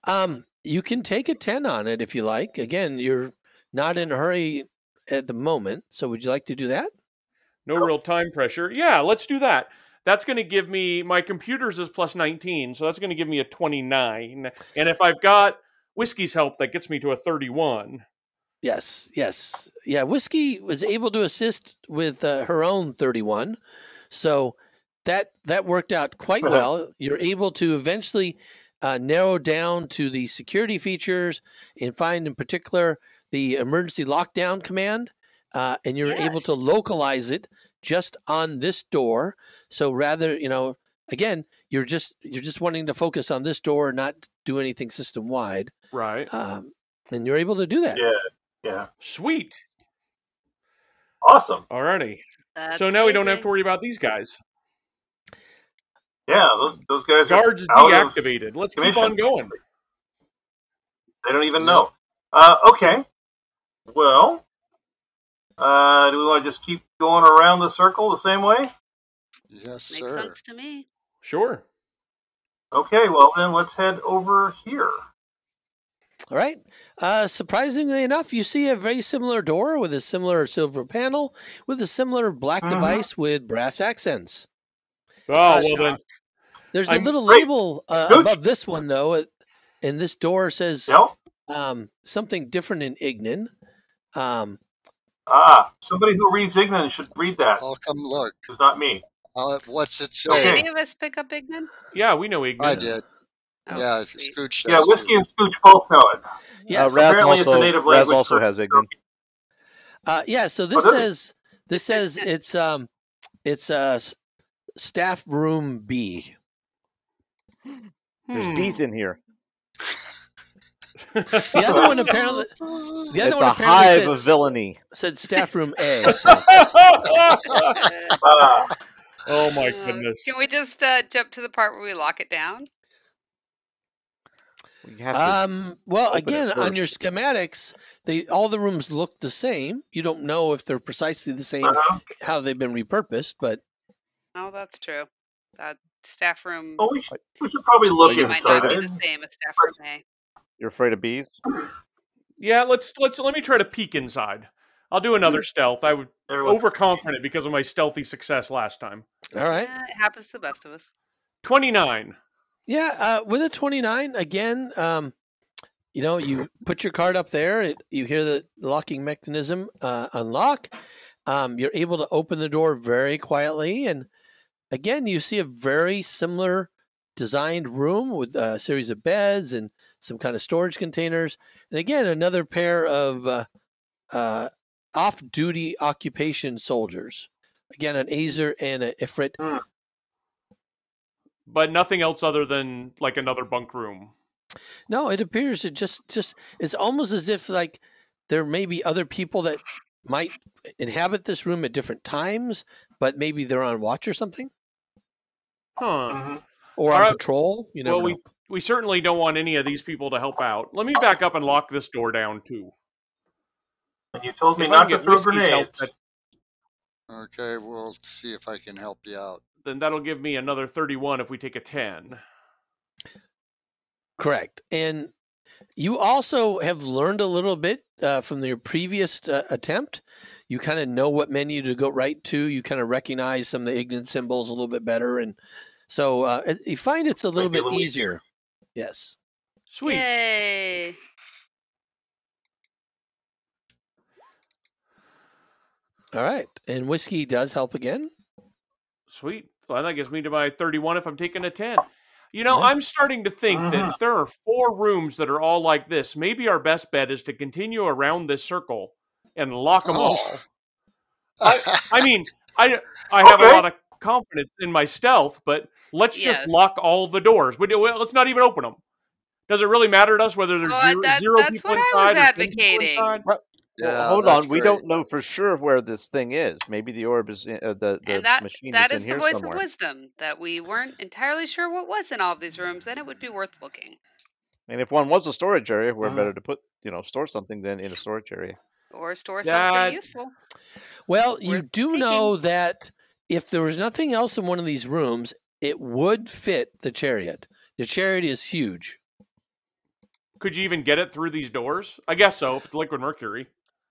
S1: Um, you can take a ten on it if you like. Again, you're not in a hurry at the moment, so would you like to do that?
S6: No real time pressure. Yeah, let's do that. That's going to give me my computer's is plus nineteen, so that's going to give me a twenty nine. And if I've got whiskey's help, that gets me to a thirty one.
S1: Yes, yes, yeah. Whiskey was able to assist with uh, her own thirty-one, so that that worked out quite
S7: Uh-huh.
S1: well. You're able to eventually uh, narrow down to the security features and find, in particular, the emergency lockdown command, uh, and you're able to
S5: Yes.
S1: localize it just on this door. So rather, you know, again, you're just you're just wanting to focus on this door, not do anything system wide,
S6: Right.
S1: um, and you're able to do that.
S7: Yeah, yeah.
S6: Sweet.
S7: Awesome.
S6: Alrighty.
S5: That's
S6: so now we don't have to
S5: amazing.
S6: worry about these guys.
S7: Yeah, those those guys are
S6: Guards
S7: out of
S6: deactivated. Let's keep
S7: commission.
S6: on going.
S7: They don't even know. Uh, okay. Well, uh, do we want to just keep going around the circle the same way?
S4: Yes,
S5: Makes
S4: sir.
S5: sense to me.
S6: Sure.
S7: Okay. Well, then let's head over here.
S1: All right. Uh, surprisingly enough, you see a very similar door with a similar silver panel with a similar black
S8: Uh-huh.
S7: Mhm.
S1: device with brass accents.
S6: Oh
S1: Uh,
S6: well then.
S1: There's
S6: I'm-
S1: a little
S7: Great.
S1: label uh,
S7: Scooch.
S1: above this one, though, it- and this door says
S7: No.
S1: um, something different in Ignan. Um,
S7: Ah, somebody who reads Ignan should read that.
S4: I'll come look.
S7: It's not me.
S4: I'll, what's it
S5: Did
S4: say?
S7: Okay.
S5: any of us pick up Ignan?
S6: Yeah, we know Ignan.
S4: I did.
S5: Oh,
S4: yeah,
S5: sweet.
S4: Scooch.
S7: Yeah,
S4: does
S7: whiskey
S4: too.
S7: and Scooch both know it.
S1: yes.
S8: uh, Raz
S7: Apparently
S8: also,
S7: it's a native
S8: Raz
S7: language
S8: also
S7: for-
S8: has Ignan.
S1: Uh, yeah. So this
S7: does it?
S1: says this says it's um, it's uh, s- staff room B.
S8: There's
S6: Hmm.
S8: bees in here.
S1: The other one apparently. The other
S8: It's
S1: one
S8: a
S1: apparently
S8: hive
S1: said,
S8: of villainy.
S1: said staff room A. so-
S5: Uh,
S7: Ah,
S6: oh my
S5: uh,
S6: goodness.
S5: Can we just uh, jump to the part where we lock it down?
S8: You have to
S1: Um, well,
S8: open it
S1: again, on
S8: first.
S1: your schematics, they all the rooms look the same. You don't know if they're precisely the same
S7: uh-huh.
S1: how they've been repurposed, but
S5: Oh, that's true. That staff room
S7: Well, we, should, we should probably Oh, look
S8: Well, you
S5: might not be
S7: inside.
S5: the same as staff room A.
S8: You're afraid of bees?
S6: Yeah, let's let's let me try to peek inside. I'll do another stealth. I Mm-hmm. was
S7: Everyone's-
S6: overconfident because of my stealthy success last time.
S1: all right.
S5: Eh, it happens to the best of us.
S6: Twenty nine.
S1: Yeah, uh, with a 29 again, um, you know, you put your card up there, it, you hear the locking mechanism uh, unlock. Um, you're able to open the door very quietly and again, you see a very similar designed room with a series of beds and some kind of storage containers. And again, another pair of uh, uh, off duty occupation soldiers. Again, an Azer and an Ifrit.
S6: But nothing else other than like another bunk room.
S1: No, it appears it just, just, it's almost as if like there may be other people that might inhabit this room at different times, but maybe they're on watch or something
S6: Huh.
S5: Mm-hmm.
S7: Mhm.
S1: or on
S6: All right.
S1: patrol. You never
S6: Well,
S1: know.
S6: we we certainly don't want any of these people to help out. Let me back up and lock this door down too.
S7: And you told me
S6: If I
S7: not
S6: can
S7: to
S6: get
S7: throw
S6: whiskey's help,
S7: grenades.
S6: that,
S4: Okay, we'll see if I can help you out.
S6: then that'll give me another thirty-one if we take a ten.
S1: Correct. And you also have learned a little bit uh, from your previous uh, attempt. you kind of know what menu to go right to. You kind of recognize some of the ignorant symbols a little bit better, and so uh, it- you find it's a little
S7: be a
S1: bit
S7: little
S1: easier. Yes.
S3: Sweet.
S5: Yay.
S1: All right, and whiskey does help again.
S6: Sweet. Well, that gets me to my 31 if I'm taking a 10. You know,
S1: Yeah.
S6: I'm starting to think that
S7: Mhm.
S6: if there are four rooms that are all like this, maybe our best bet is to continue around this circle and lock
S4: Oh.
S6: them all. Oh. I mean, I I have a
S7: Okay.
S6: lot of confidence in my stealth, but let's just
S5: Yes.
S6: lock all the doors. We do, well, let's not even open them. Does it really matter to us whether there's
S5: Oh,
S6: zero,
S5: that-
S6: zero
S5: that's
S6: people
S5: what
S6: inside?
S5: I was
S6: or 10 people
S5: advocating.
S6: inside?
S8: Well,
S4: Yeah,
S8: hold on.
S4: that's
S8: We
S4: great.
S8: don't know for sure where this thing is. Maybe the orb is in, uh, the the
S5: and that
S8: machine
S5: that
S8: is
S5: is
S8: in
S5: the
S8: here
S5: voice
S8: somewhere.
S5: of wisdom that we weren't entirely sure what was in all of these rooms, and it would be worth looking.
S8: And if one was a storage area, where
S6: Mm.
S8: better to put you know store something than in a storage area?
S5: Or store
S6: That-
S5: something useful.
S1: Well, you
S5: Worth
S1: do know that if there was nothing else in one of these rooms, it would fit the chariot. The chariot is huge.
S6: Could you even get it through these doors? I guess so. If it's liquid mercury,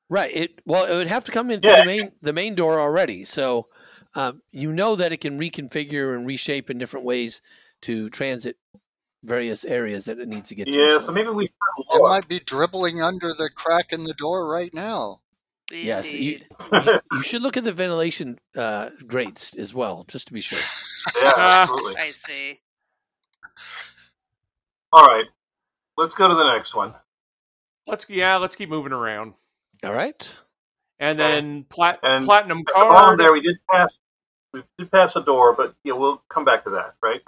S1: Right. It well, it would have to come in through
S7: Yeah.
S1: the main the main door already. So um, you know that it can reconfigure and reshape in different ways to transit various areas that it needs to get
S7: Yeah,
S1: to.
S7: so maybe we should
S4: It
S7: look.
S4: might be dribbling under the crack in the door right now.
S1: Yes, you-
S5: Indeed.
S1: you, you should look at the ventilation uh, grates as well, just to be sure.
S7: yeah, absolutely.
S5: I see.
S7: All right, let's go to the next one.
S6: let's yeah, let's keep moving around.
S1: All right.
S6: And then plat-
S7: And
S6: platinum
S7: At the bottom
S6: card.
S7: Oh, there, we did pass. We did pass a door, but yeah, we'll come back to that, right?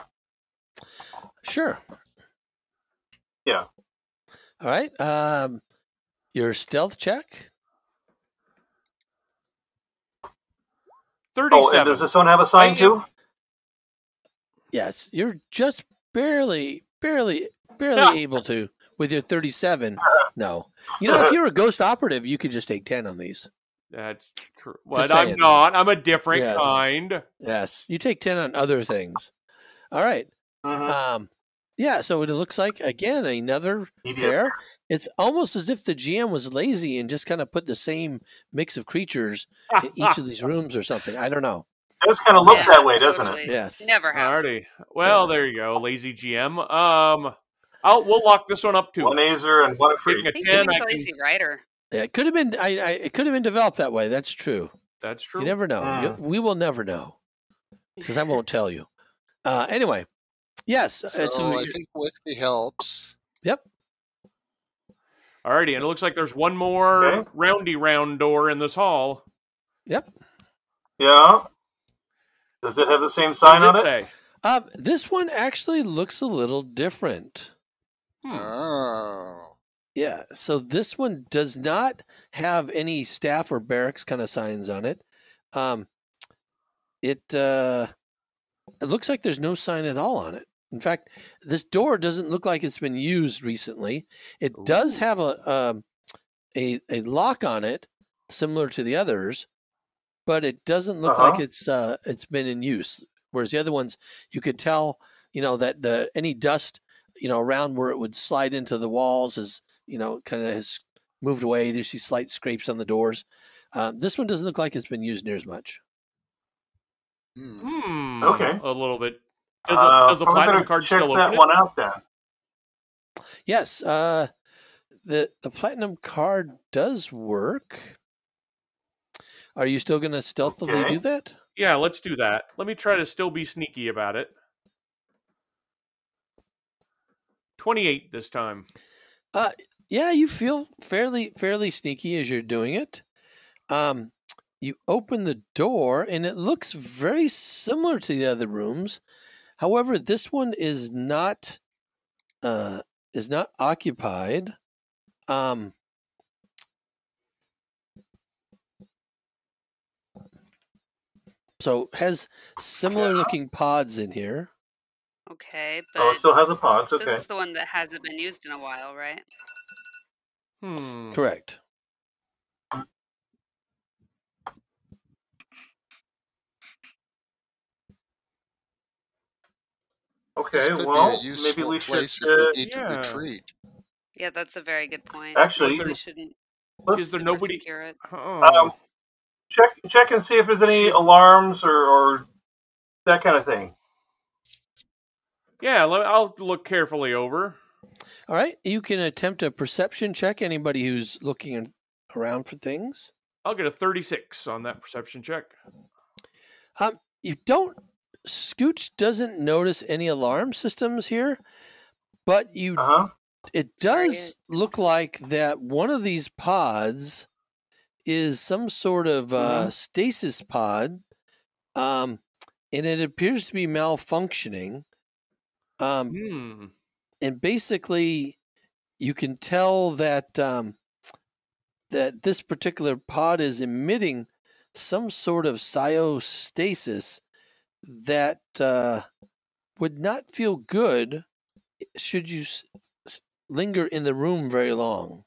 S7: Oh,
S1: Sure.
S7: Yeah.
S1: All right. Um, your stealth check.
S7: Oh, and
S6: Thirty-seven.
S7: does this one have a sign
S6: I-
S7: too?
S1: Yes, you're just barely, barely, barely
S6: No.
S1: able to with your 37. No, you know, if you're a ghost operative, you could just take 10 on these.
S6: That's true. But
S1: saying.
S6: I'm not. I'm a different
S1: Yes.
S6: kind.
S1: Yes, you take 10 on other things. All right.
S7: hmm
S1: Um, yeah, so it looks like again another
S7: He did.
S1: pair. It's almost as if the GM was lazy and just kind of put the same mix of creatures in each of these rooms or something. I don't know.
S7: It does kind of look
S5: Yeah,
S7: that way, doesn't it?
S5: totally.
S1: Yes.
S5: Never happened.
S6: Alrighty. Well, there you go, lazy GM. Um, I'll we'll lock this one up too.
S7: One Azer and one
S6: Taking
S7: Afri.
S6: a
S5: I think
S6: ten,
S5: he
S6: I
S5: was a
S6: can-
S5: lazy writer.
S1: Yeah, it could have been. I, I it could have been developed that way. That's true.
S6: That's true.
S1: You never know. You-
S4: Ah.
S1: we will never know because I won't tell you. Uh, anyway, yes. uh,
S4: So,
S1: So,
S4: I
S1: you-
S4: think whiskey helps.
S6: Alrighty, and it looks like there's one more
S7: Okay.
S6: roundy round door in this hall.
S7: Yeah. Does it have the same
S6: What
S7: sign on
S6: does it
S7: it?
S6: say?
S1: uh, this one actually looks a little different.
S4: Oh.
S1: Yeah. So this one does not have any staff or barracks kind of signs on it. Um, it uh, it looks like there's no sign at all on it. In fact, this door doesn't look like it's been used recently. It does have a um, a a lock on it, similar to the others, but it doesn't look like
S7: Uh-huh.
S1: it's uh, it's been in use. Whereas the other ones, you could tell, you know, that the any dust, you know, around where it would slide into the walls is you know, kind of has moved away. There's these slight scrapes on the doors. Uh, this one doesn't look like it's been used near as much.
S4: Hmm.
S6: Hmm.
S7: Okay.
S6: A little bit. Does,
S7: Uh,
S6: a, does the
S7: probably
S6: platinum
S7: better
S6: card
S7: check
S6: still
S7: that
S6: open? it?
S7: one out then?
S1: Yes, uh, the the platinum card does work. Are you still going to stealthily
S7: Okay.
S1: do that?
S6: Yeah, let's do that. Let me try to still be sneaky about it. Twenty-eight this time.
S1: Yeah, you feel fairly fairly sneaky as you're doing it. Um, you open the door, and it looks very similar to the other rooms. However, this one is not uh, is not occupied. Um, so has similar looking pods in here.
S5: Okay, but
S7: Oh, it still has a pod. It's
S5: this
S7: okay.
S5: is the one that hasn't been used in a while, right?
S6: Hmm.
S1: Correct.
S4: This
S7: Okay.
S4: could
S7: Well,
S4: be a
S7: maybe
S4: useful
S7: we should.
S4: place if
S7: Uh,
S4: we need to
S6: yeah.
S4: retreat.
S5: Yeah, that's a very good point.
S7: Actually,
S5: we
S6: there's-
S5: shouldn't
S7: let's,
S6: Is there
S5: super
S6: nobody-
S5: secure it.
S6: Oh.
S7: um, check check and see if there's any alarms or, or that kind of thing.
S6: Yeah, le- I'll look carefully over.
S1: All right, you can attempt a perception check. Anybody who's looking around for things,
S6: I'll get a 36 on that perception check.
S1: you don't. Scooch doesn't notice any alarm systems here, but you
S7: Uh huh.
S1: it
S5: Very
S1: does look like that one of these pods is some sort of uh, stasis pod, um, and it appears to be malfunctioning. Um,
S6: Hmm.
S1: and basically, you can tell that um, that this particular pod is emitting some sort of psiostasis that uh, would not feel good should you s- s- linger in the room very long.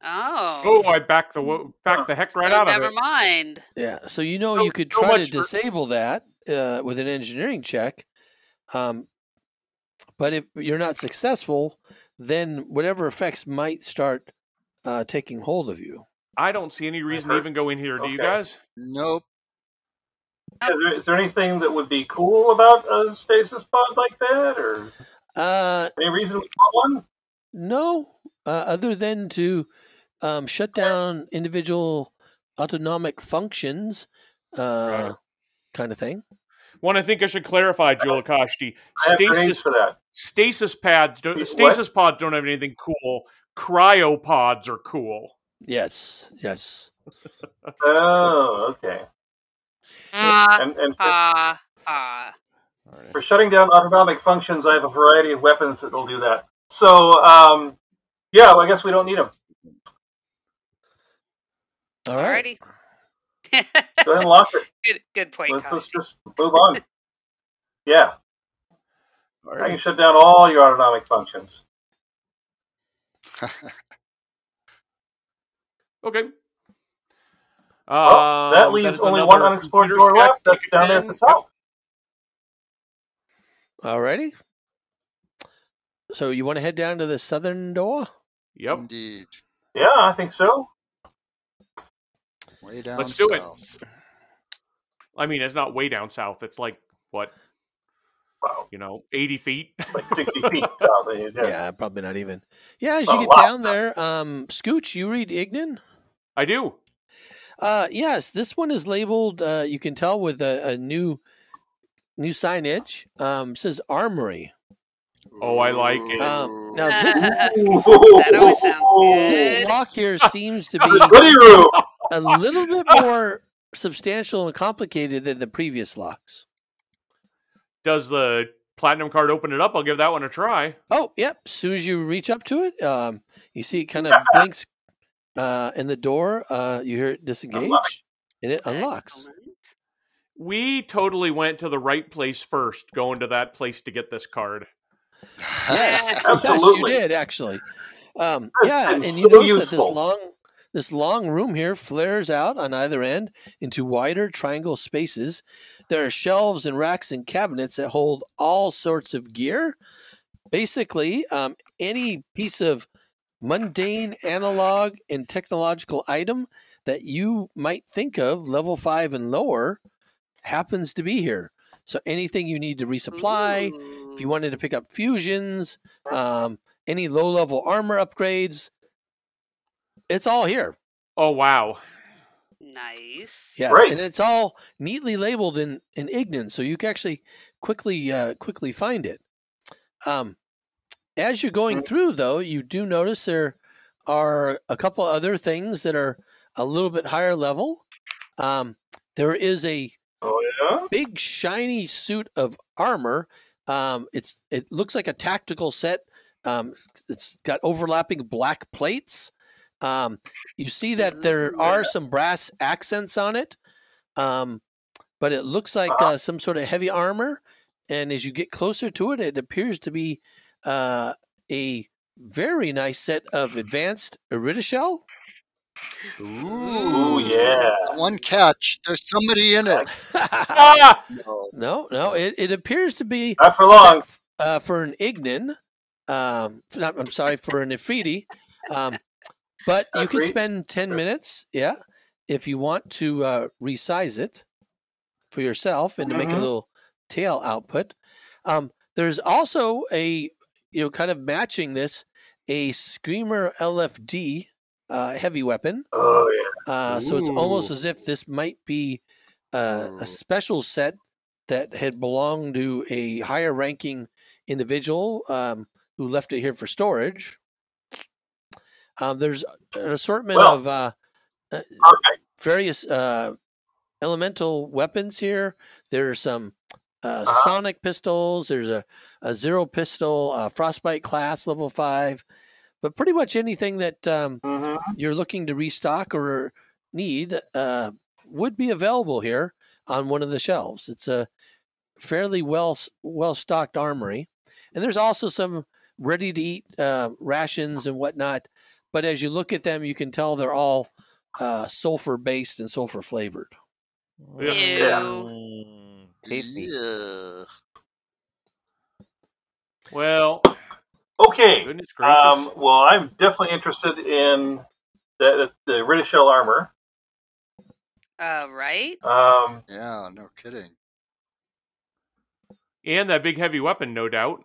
S5: Oh.
S6: Oh, I backed the wo- backed the heck right
S5: So
S6: out of
S5: Oh, never
S6: it.
S5: mind.
S1: Yeah, so you know
S6: So-
S1: you could
S6: so
S1: try to
S6: much for-
S1: disable that uh, with an engineering check, um, but if you're not successful, then whatever effects might start uh, taking hold of you.
S6: I don't see any reason to
S7: heard-
S6: even go in here. Do you
S7: Okay.
S6: guys?
S4: Nope.
S7: Is there, is there anything that would be cool about a stasis pod like that, or
S1: Uh,
S7: any reason we want one?
S1: no, uh, other than to um, shut down individual autonomic functions, uh, kind of thing.
S6: One, I think I should clarify, Joel Akashti.
S7: I have grenades
S6: Stasis
S7: for that.
S6: stasis pads don't
S7: Wait, what?
S6: stasis pods don't have anything cool. Cryopods are cool.
S1: Yes, yes.
S7: Oh, okay.
S5: Ah,
S7: And, and for,
S5: ah, ah.
S7: for shutting down autonomic functions, I have a variety of weapons that will do that. So, um, yeah, well, I guess we don't need them.
S1: All right.
S5: Alrighty.
S7: Go ahead and lock it.
S5: good, good point,
S7: Let's, let's
S5: Kosti.
S7: just move on. Yeah,
S6: All
S7: I can
S6: right.
S7: shut down all your autonomic functions.
S6: Okay.
S7: Well, that
S6: Um,
S7: leaves
S6: is
S7: only
S6: another
S7: one unexplored
S6: computer
S7: door
S6: stack
S7: left. That's down there at the
S6: connection.
S7: south.
S1: All righty. So you want to head down to the southern door?
S6: Yep. yep.
S4: Indeed.
S7: Yeah, I think so.
S4: Way down
S6: Let's do it.
S4: south.
S6: I mean, it's not way down south. It's like what
S7: Wow,
S6: you know, eighty feet.
S7: like sixty feet south. Yeah.
S1: Yeah, probably not even. Yeah, as
S7: Oh,
S1: you get
S7: wow.
S1: down there, um, Scooch, you read Ignan?
S6: I do.
S1: Uh, yes, this one is labeled. Uh, you can tell with a, a new, new signage. Um, says Armory.
S6: Oh, I like it.
S1: Um, now this
S5: that always sounds
S7: Ooh.
S5: good.
S1: this lock here seems to be
S7: The goody room.
S1: a little bit more substantial and complicated than the previous locks.
S6: Does the platinum card open it up? I'll give that one a try.
S1: Oh, yep. As soon as you reach up to it, um, you see it kind of blinks uh, in the door. Uh, you hear it disengage, and it unlocks.
S5: Excellent.
S6: We totally went to the right place first, going to that place to get this card.
S1: Yes,
S7: Absolutely.
S1: Yes, you did actually. Um,
S7: That's
S1: yeah,
S7: been
S1: and you
S7: so
S1: notice that this
S7: useful.
S1: long, this long room here flares out on either end into wider triangle spaces. There are shelves and racks and cabinets that hold all sorts of gear. Basically, um, any piece of mundane analog and technological item that you might think of, level five and lower, happens to be here. So anything you need to resupply, if you
S5: Ooh.
S1: wanted to pick up fusions, um, any low level armor upgrades, it's all here.
S6: Oh wow.
S5: Nice.
S1: Yes,
S7: Great.
S1: and it's all neatly labeled in in Ignan, so you can actually quickly uh, quickly find it. Um, as you're going through, though, you do notice there are a couple other things that are a little bit higher level. Um, there is a
S7: Oh yeah.
S1: big shiny suit of armor. Um, it's it looks like a tactical set. Um, it's got overlapping black plates. Um, you see that there are some brass accents on it, um, but it looks like uh, some sort of heavy armor. And as you get closer to it, it appears to be uh, a very nice set of advanced Irida shell.
S7: Ooh yeah.
S4: One catch. There's somebody in it.
S6: Ah!
S4: No.
S1: no, no, it, it appears to be
S7: Not for long.
S1: set, uh, for an Ignan. Um, for not, I'm sorry, for an Ifriti. Um, but you can
S7: Agreed.
S1: spend 10 minutes, yeah, if you want to uh, resize it for yourself and to make a
S7: Mhm.
S1: little tail output, um, there's also a you know kind of matching this a Screamer LFD uh, heavy weapon.
S7: Oh yeah.
S1: Uh, so it's almost
S2: Ooh.
S1: as if this might be uh,
S7: Oh.
S1: a special set that had belonged to a higher ranking individual um, who left it here for storage. Um, there's an assortment
S7: Well-
S1: of uh, uh,
S7: Perfect.
S1: various uh, elemental weapons here. There's some uh,
S7: Uh-huh.
S1: sonic pistols. There's a, a zero pistol, uh, frostbite class level five, but pretty much anything that um,
S6: Mm-hmm.
S7: hmm
S1: you're looking to restock or need uh, would be available here on one of the shelves. It's a fairly well well stocked armory, and there's also some ready to eat uh, rations and whatnot. But as you look at them, you can tell they're all uh, sulfur based and sulfur flavored.
S5: Ew.
S7: Yeah.
S8: Mm, tasty.
S4: Yeah.
S6: Well,
S7: Okay.
S6: goodness gracious.
S7: Um, well, I'm definitely interested in the, the British shell armor.
S5: Uh, right?
S7: Um,
S4: Yeah, no kidding.
S6: and that big heavy weapon, no doubt.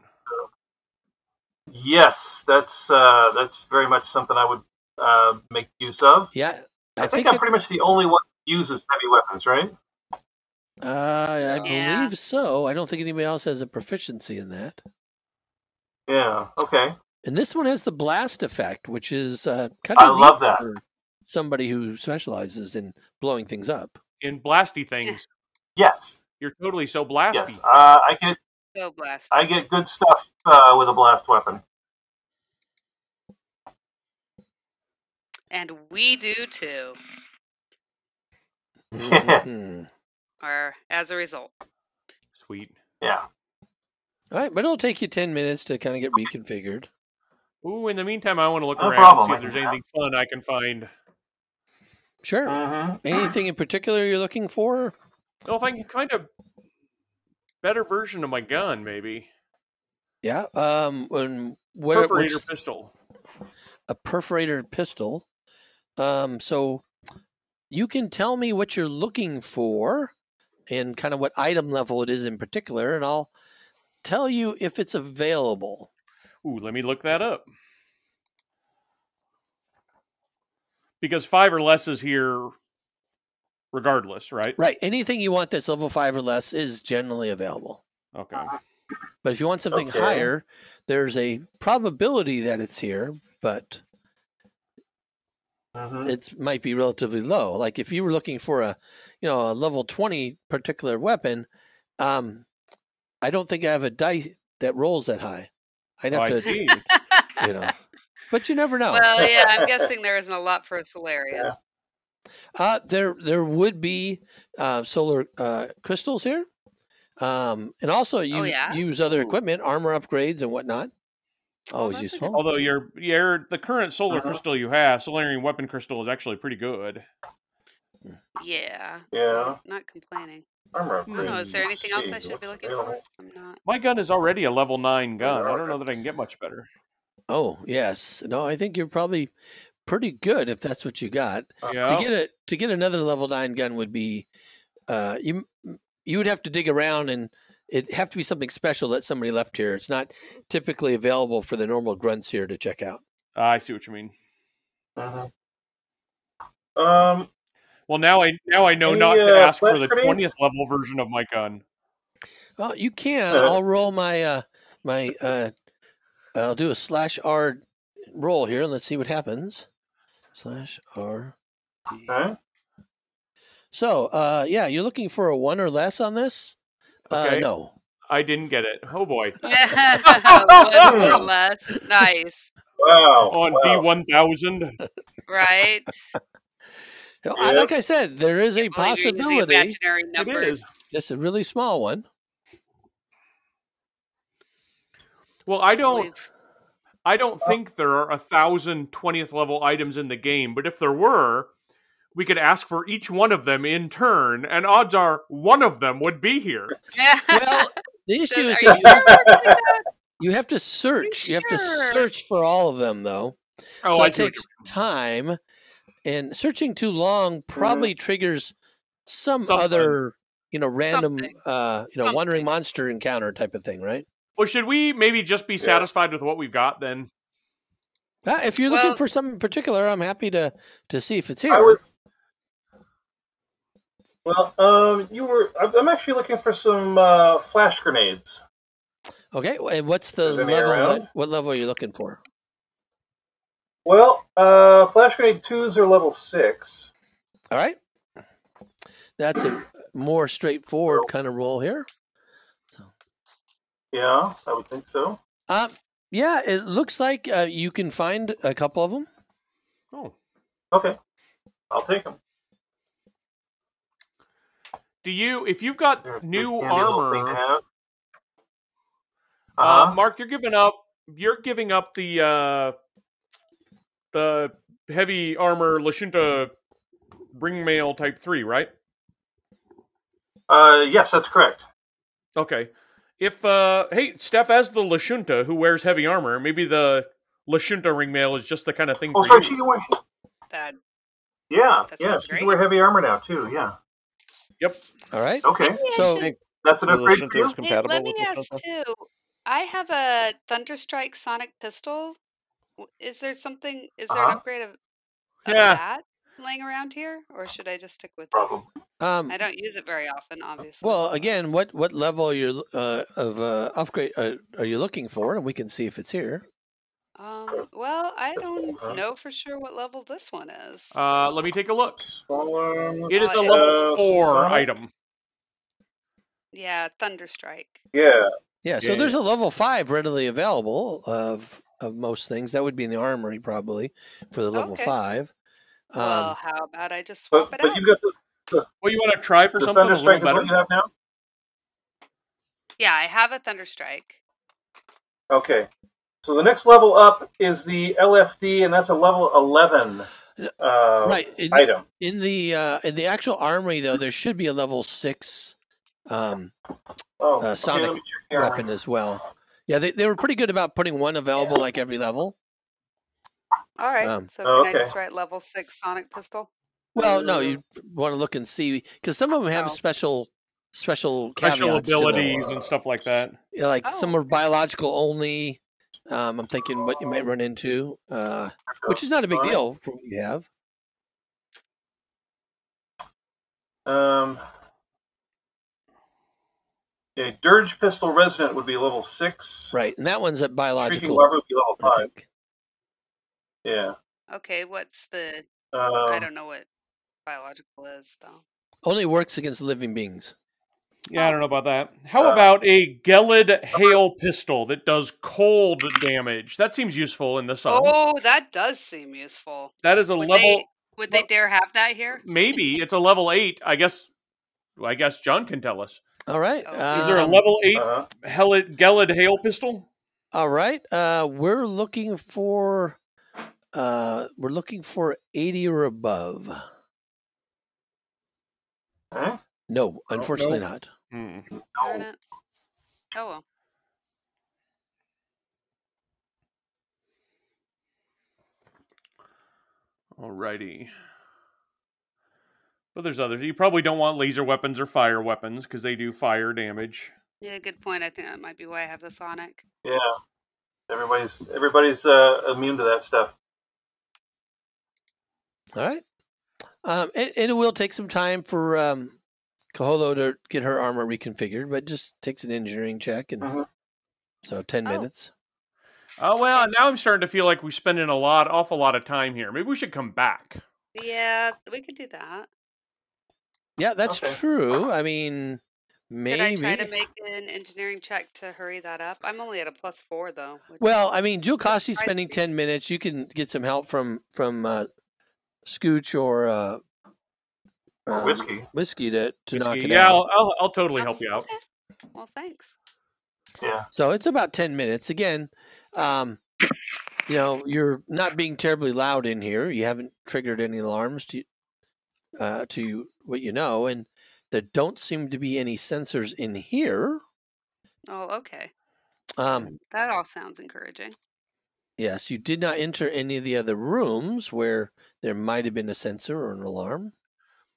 S7: yes, that's uh, that's very much something I would uh, make use of.
S1: Yeah,
S7: I, think, I'm
S1: it-
S7: pretty much the only one who uses heavy weapons, right?
S1: uh, I
S5: Yeah.
S1: believe so. I don't think anybody else has a proficiency in that.
S7: Yeah. Okay.
S1: And this one has the blast effect, which is uh, kind of
S7: I love that.
S1: for somebody who specializes in blowing things up.
S6: In blasty things.
S7: Yes.
S6: You're totally so blasty.
S7: Yes. Uh, I get
S5: So blessed.
S7: I get good stuff uh, with a blast weapon.
S5: and we do too.
S1: Mhm.
S5: Or as a result.
S6: Sweet.
S7: Yeah.
S1: All right, but it'll take you 10 minutes to kind of get reconfigured.
S6: Ooh, in the meantime, I want to look
S7: No
S6: around
S7: problem,
S6: and
S7: I
S6: see if
S7: can
S6: there's anything fun I can find.
S1: Sure.
S7: hmm
S1: Anything in particular you're looking for?
S6: Well, if I can find a better version of my gun, maybe.
S1: Yeah. Um, and where,
S6: Perforator
S1: what's-
S6: pistol.
S1: a perforator pistol. Um, so you can tell me what you're looking for and kind of what item level it is in particular, and I'll tell you if it's available.
S6: Ooh, let me look that up. Because five or less is here regardless, right?
S1: Right. Anything you want that's level five or less is generally available.
S6: Okay.
S1: But if you want something
S7: Okay.
S1: higher, there's a probability that it's here, but
S7: hmm
S1: it might be relatively low. Like if you were looking for a, you know, a level twenty particular weapon, um, I don't think I have a die that rolls that high. I'd have
S6: Oh, I
S1: to,
S6: see.
S1: you know. But you never know.
S5: Well, yeah, I'm guessing there isn't a lot for a Solarian.
S1: Uh, there, there would be uh, solar uh, crystals here, um, and also you
S5: Oh, yeah?
S1: use other equipment, armor upgrades, and whatnot. Always
S5: Oh, that's a good
S1: useful.
S6: Although your your the current solar
S7: Uh-huh.
S6: crystal you have, Solarian weapon crystal is actually pretty good.
S5: Yeah.
S7: Yeah.
S5: Not complaining.
S7: Armor
S5: I don't know. Is
S7: upgrades.
S5: there
S7: Let's
S5: anything else
S7: see,
S5: I should be
S7: what's
S5: looking
S7: available?
S5: for? I'm not.
S6: My gun is already a level nine gun. I don't know
S7: Okay.
S6: that I can get much better.
S1: Oh yes, no, I think you're probably pretty good if that's what you got.
S6: Yeah.
S1: To get a to get another level nine gun would be, uh, you you would have to dig around and it would have to be something special that somebody left here. It's not typically available for the normal grunts here to check out.
S6: Ah, I see what you mean.
S7: Mhm. Um,
S6: Well, now I now I know
S7: Any,
S6: not to
S7: uh,
S6: ask for
S7: flash
S6: the
S7: grenades?
S6: twentieth level version of my gun.
S1: Oh, you can.
S7: Uh,
S1: I'll roll my uh my uh I'll do a slash R roll here and let's see what happens. Slash R.
S7: okay.
S1: So, uh yeah, you're looking for a 1 or less on this? Uh
S6: Okay.
S1: no.
S6: I didn't get it. Oh boy.
S5: One or less. Nice.
S7: Wow.
S6: On
S7: wow.
S6: D one thousand.
S5: Right?
S1: No, I-
S7: Yep.
S1: Like I said, there is a
S5: Well, you're using
S1: possibility.
S5: imaginary
S6: It
S5: numbers.
S6: is.
S1: That's a really small one.
S6: Well, I don't
S5: We've-
S6: I don't
S1: Uh,
S6: think there are a thousand twentieth level items in the game, but if there were, we could ask for each one of them in turn, and odds are one of them would be here.
S1: Well, the issue
S5: Then
S1: is
S5: are
S1: that you
S5: you
S1: have,
S5: sure it's like that?
S1: you have to search. You have to
S5: sure?
S1: search for all of them though.
S6: Oh,
S1: so
S6: I
S1: it
S6: see. What
S1: takes
S6: you
S1: time. and searching too long probably triggers some
S6: Something.
S1: other you know random
S5: Something.
S1: uh you know
S5: Something.
S1: wandering monster encounter type of thing right
S6: Well, should we maybe just be satisfied with what we've got then?
S1: uh, if you're
S5: Well-
S1: looking for something in particular i'm happy to to see if it's here
S7: I was. Well, um, you were. I'm I'm actually looking for some uh, flash grenades.
S1: okay and what's the
S7: Is there any
S1: level
S7: around?
S1: that- what level are you looking for
S7: Well, uh, flash grenade twos are level six.
S1: all right that's a more straightforward kind of roll here
S7: Yeah, I would think so.
S1: um yeah it looks like uh, you can find a couple of them
S6: Oh.
S7: Okay, I'll take them.
S6: Do you if you've got new armor
S7: Uh
S6: Uh,
S1: Uh-huh.
S7: huh.
S6: Mark, you're giving up. You're giving up the uh, the heavy armor Lashunta ringmail type three, right?
S7: Uh, yes, that's correct.
S6: Okay. If uh, hey, Steph, as the Lashunta who wears heavy armor, maybe the Lashunta ringmail is just the kind of thing.
S7: Oh,
S6: for
S7: so
S6: you.
S7: she can wear.
S5: That
S7: Yeah,
S5: That
S7: yeah,
S5: sounds
S7: she can
S5: great.
S7: wear heavy armor now too. Yeah.
S1: all right
S7: Okay,
S1: so
S7: that's an
S8: Well,
S7: upgrade
S8: shouldn't
S7: for you.
S8: those compatible
S5: let
S8: with
S5: me
S8: this
S5: ask
S8: stuff?
S5: too. I have a Thunderstrike Sonic pistol. W- Is there something? Is there an
S7: Uh-huh.
S5: upgrade of, of
S6: Yeah.
S5: that laying around here, or should I just stick with? this?
S7: Problem.
S1: um
S5: I don't use it very often, obviously.
S1: Well, again, what what level are you uh, of uh, upgrade uh, are you looking for, and we can see if it's here.
S5: Um, well, I
S7: This one,
S5: don't
S7: huh?
S5: know for sure what level this one is.
S6: Uh, let me take a look.
S7: Small arm.
S6: It is a
S5: Uh,
S6: level four
S7: Sonic?
S6: item.
S5: yeah, Thunderstrike.
S7: Yeah.
S1: Yeah, so
S6: Yeah,
S1: there's a level five readily available of of most things. That would be in the armory probably for the level
S5: Okay.
S1: five. Um,
S5: well, how about I just swap
S7: But,
S5: it
S7: but
S5: out?
S7: you've got the,
S6: Well, you want to try for
S7: the
S6: something a
S7: Thunder
S6: little
S7: Strike
S6: better?
S7: is what you have now?
S5: Yeah, I have a Thunderstrike.
S7: Okay. So the next level up is the LFD, and that's a level 11 uh,
S1: right in,
S7: item.
S1: in the uh, in the actual armory though, there should be a level six um,
S7: Oh,
S1: Uh, Sonic
S7: let me check the armor.
S1: weapon as well. Yeah, they, they were pretty good about putting one available like every level.
S5: All right.
S1: Um,
S5: so
S7: Oh,
S5: can I just
S7: okay.
S5: write level six Sonic pistol?
S1: Well, no,
S7: Mm.
S1: you want to look and see because some of them have
S5: Oh.
S1: special special
S6: Special
S1: caveats to them.
S6: abilities and stuff like that.
S1: Yeah, like some
S5: Oh,
S1: are biological only. Um, I'm thinking what you might run into, uh, which is not a big
S7: Alright.
S1: deal for what you have.
S7: Um, a Dirge Pistol Resident would be level 6.
S1: Right, and that one's at
S7: Shrieking
S1: biological.
S7: Barber would be level
S1: I
S7: 5.
S1: think.
S7: Yeah.
S5: Okay, what's the? I
S7: Um,
S5: don't know what biological is though.
S1: Only works against living beings.
S6: Yeah, I don't know about that. How
S7: Uh,
S6: about a Gelid hail pistol that does cold damage? That seems useful in the song.
S5: Oh, that does seem useful.
S6: that is a
S5: would
S6: level.
S5: they- Would they
S6: Well-
S5: dare have that here?
S6: Maybe it's a level eight. I guess. well, I guess John can tell us.
S1: All right.
S5: Oh.
S6: Is there a
S1: um,
S6: level eight
S7: uh-huh.
S6: Helid, Gelid hail pistol?
S1: All right. Uh, we're looking for. Uh, we're looking for 80 or above.
S7: Huh?
S1: No, unfortunately
S6: no.
S1: not.
S6: Hmm.
S5: Darn it. Oh well.
S6: Alrighty. But there's others. You probably don't want laser weapons or fire weapons because they do fire damage.
S5: Yeah, good point. I think that might be why I have the Sonic.
S7: Yeah. Everybody's everybody's uh, immune to that stuff.
S1: All right. Um, and, and it will take some time for um, Kaholo to get her armor reconfigured, but just takes an engineering check and
S7: Mhm.
S1: so 10
S5: Oh.
S1: minutes.
S6: Oh well, now I'm starting to feel like we're spending a lot, awful lot of time here. Maybe we should come back.
S5: Yeah, we could do that.
S1: Yeah, that's
S7: Okay.
S1: true. I mean, maybe.
S5: Did I try to make an engineering check to hurry that up? I'm only at a plus four though. which-
S1: well, I mean, Jill Costi's
S5: I
S1: spending
S5: see.
S1: ten minutes. You can get some help from from uh, Scooch or uh,
S7: Or
S1: um,
S7: whiskey.
S1: whiskey to, to knock
S6: Whiskey.
S1: it
S6: yeah,
S1: out.
S6: I'll, I'll, I'll totally
S5: Oh,
S6: help you out.
S5: okay. Well, thanks.
S7: Yeah.
S1: So it's about ten minutes. Again, um, you know, you're not being terribly loud in here. You haven't triggered any alarms to uh, to what you know, and there don't seem to be any sensors in here.
S5: Oh, okay.
S1: Um,
S5: That all sounds encouraging.
S1: Yes, you did not enter any of the other rooms where there might have been a sensor or an alarm.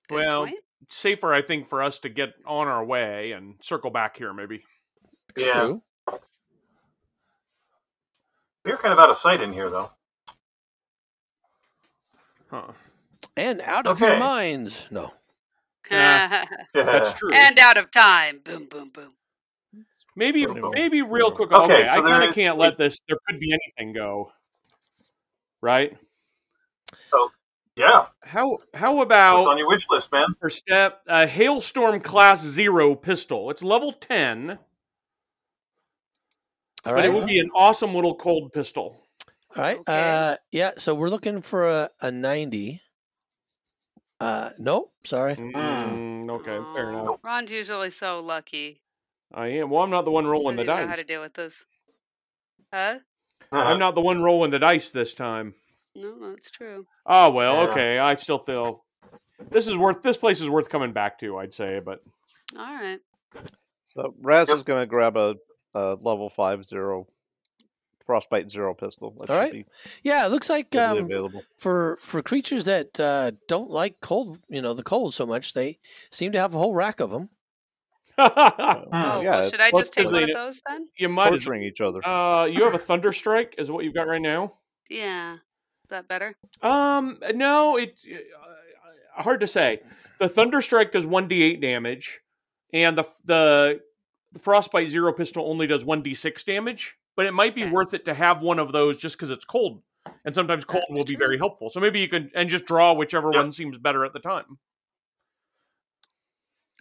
S5: Good
S6: Well,
S5: point.
S6: Safer, I think, for us to get on our way and circle back here, maybe.
S7: Yeah.
S1: True.
S7: We are kind of out of sight in here, though.
S6: Huh.
S1: And out of your
S7: Okay.
S1: minds. No.
S6: Yeah. That's true.
S5: and out of time. Boom, boom, boom.
S6: Maybe,
S3: Anyway,
S6: maybe real quick.
S7: Okay,
S6: Okay,
S7: so
S6: I kind
S7: there
S6: of
S7: is-
S6: can't let this. There could be anything go. Right?
S7: yeah.
S6: How how
S7: What's
S6: about
S7: on your wish list, man?
S6: first step? A hailstorm class zero pistol. It's level ten,
S1: All
S6: but
S1: right.
S6: it would be an awesome little cold pistol.
S1: All right.
S5: Okay.
S1: Uh, yeah. So we're looking for a, a 90. Uh, nope. Sorry.
S6: Mm, okay, fair
S5: Aw,
S6: enough.
S5: Ron's usually so lucky.
S6: I am. Well, I'm not the one
S5: Doesn't
S6: rolling the
S5: even know how
S6: dice.
S5: to deal with this. Huh?
S6: I'm not the one rolling the dice this time.
S5: No, that's true.
S6: Oh well,
S7: Yeah.
S6: okay. I still feel this is worth. This place is worth coming back to. I'd say, but
S5: All right.
S8: So Raz
S7: Yep.
S8: is going to grab a, a level five zero frostbite zero pistol. That
S1: All
S8: should
S1: right.
S8: be
S1: Yeah. It looks like
S8: readily
S1: um,
S8: available.
S1: for for creatures that uh, don't like cold, you know, the cold so much, they seem to have a whole rack of them.
S5: Oh,
S8: yeah,
S5: well, should I
S8: plus
S5: just take
S8: they
S5: one of
S6: did-
S5: those then?
S6: you might. As,
S8: torturing each other.
S6: uh, you have a thunder strike, is what you've got right now.
S5: Yeah. Is that better?
S6: Um, no, it uh, hard to say. The thunder strike does one d8 damage, and the the the frostbite zero pistol only does one d6 damage. But it might be
S5: Okay.
S6: worth it to have one of those just because it's cold, and sometimes cold
S5: That's
S6: will be
S5: true.
S6: very helpful. So maybe you can and just draw whichever
S7: Yep.
S6: one seems better at the time.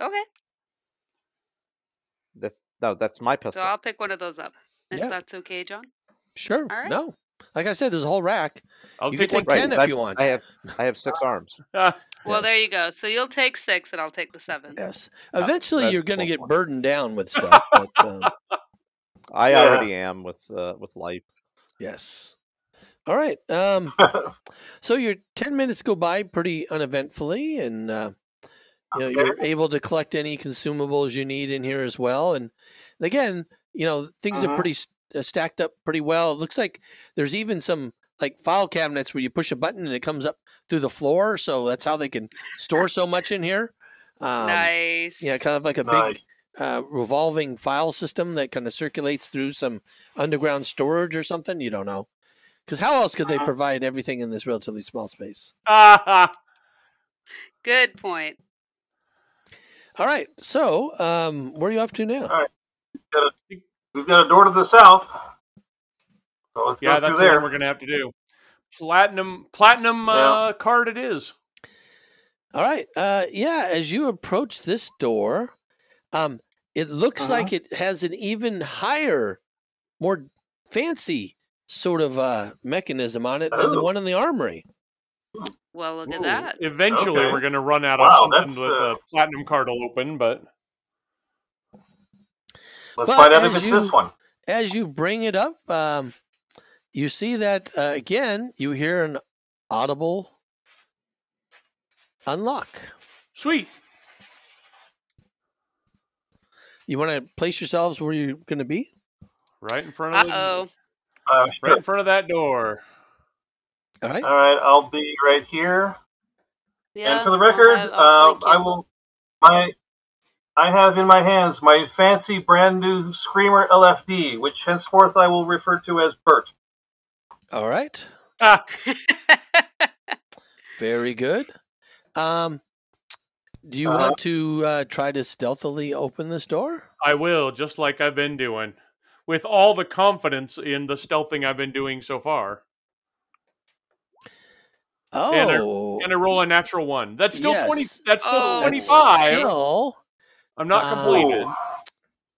S5: Okay.
S8: That's no, that's my
S5: So
S8: pistol.
S5: I'll pick one of those up. If
S1: Yeah.
S5: that's okay, John.
S1: Sure.
S5: All right.
S1: No. Like I said, there's a whole rack.
S6: I'll
S1: You
S6: take
S1: can
S6: one.
S1: take 10 if
S8: I,
S1: you want.
S8: I have I have six arms.
S5: Well, there
S1: Yes.
S5: you go. So you'll take six, and I'll take the seven.
S1: Yes.
S8: Yeah,
S1: Eventually,
S8: that's
S1: you're going to
S8: one
S1: get
S8: point.
S1: burdened down with stuff. But, um,
S8: I
S7: Yeah.
S8: already am with uh, with life.
S1: yes. All right. Um, so your ten minutes go by pretty uneventfully, and uh, you know you're able to collect any consumables you need in here as well. And again, you know things are
S7: Mhm.
S1: pretty st- uh, stacked up pretty well. It looks like there's even some like file cabinets where you push a button and it comes up through the floor. So that's how they can store so much in here. Um,
S5: nice.
S1: Yeah, kind of like a big
S7: nice.
S1: uh, revolving file system that kind of circulates through some underground storage or something. You don't know. Because how else could they
S7: Uh-huh.
S1: provide everything in this relatively small space?
S5: Good point.
S1: All right. So, um, where are you off to
S7: Uh-huh.
S1: now?
S7: We've got a door to the south. So let's
S6: yeah,
S7: go
S6: that's
S7: through
S6: the one
S7: there.
S6: we're gonna have to do. Platinum, platinum uh, card it is.
S1: All right. Uh, yeah. As you approach this door, um, it looks
S7: Uh-huh.
S1: like it has an even higher, more fancy sort of uh, mechanism on it than the
S7: Oh.
S1: one in the armory.
S5: Well, look
S6: Ooh,
S5: at that.
S6: Eventually,
S7: Okay.
S6: we're gonna run out
S7: Wow,
S6: of
S7: that's,
S6: something with
S7: uh,
S6: a platinum card will open, but
S7: Let's
S1: Well,
S7: find out if
S1: as
S7: it's this
S1: you-
S7: one.
S1: as you bring it up, um, you see that uh, again. You hear an audible unlock.
S6: sweet.
S1: You want to place yourselves where you're going to be.
S6: Right in front
S5: Uh
S6: of the-
S5: oh.
S7: Uh, sure.
S6: right in front of that door.
S1: All right.
S7: All right, I'll be right here.
S5: Yeah.
S7: and for the
S5: I'll
S7: record,
S5: have- I'll flank
S7: uh, I
S5: you.
S7: will. My, I have in my hands my fancy brand new Screamer LFD, which henceforth I will refer to as Bert.
S1: All right. Very good. Um, do you
S7: Uh,
S1: want to uh, try to stealthily open this door?
S6: I will, just like I've been doing, with all the confidence in the stealthing I've been doing so far. I-
S1: Oh,
S6: And I roll a natural one. That's still
S1: Yes.
S6: twenty. That's still
S5: Oh.
S6: twenty-five.
S1: Still,
S6: I'm not
S1: Uh,
S6: completed.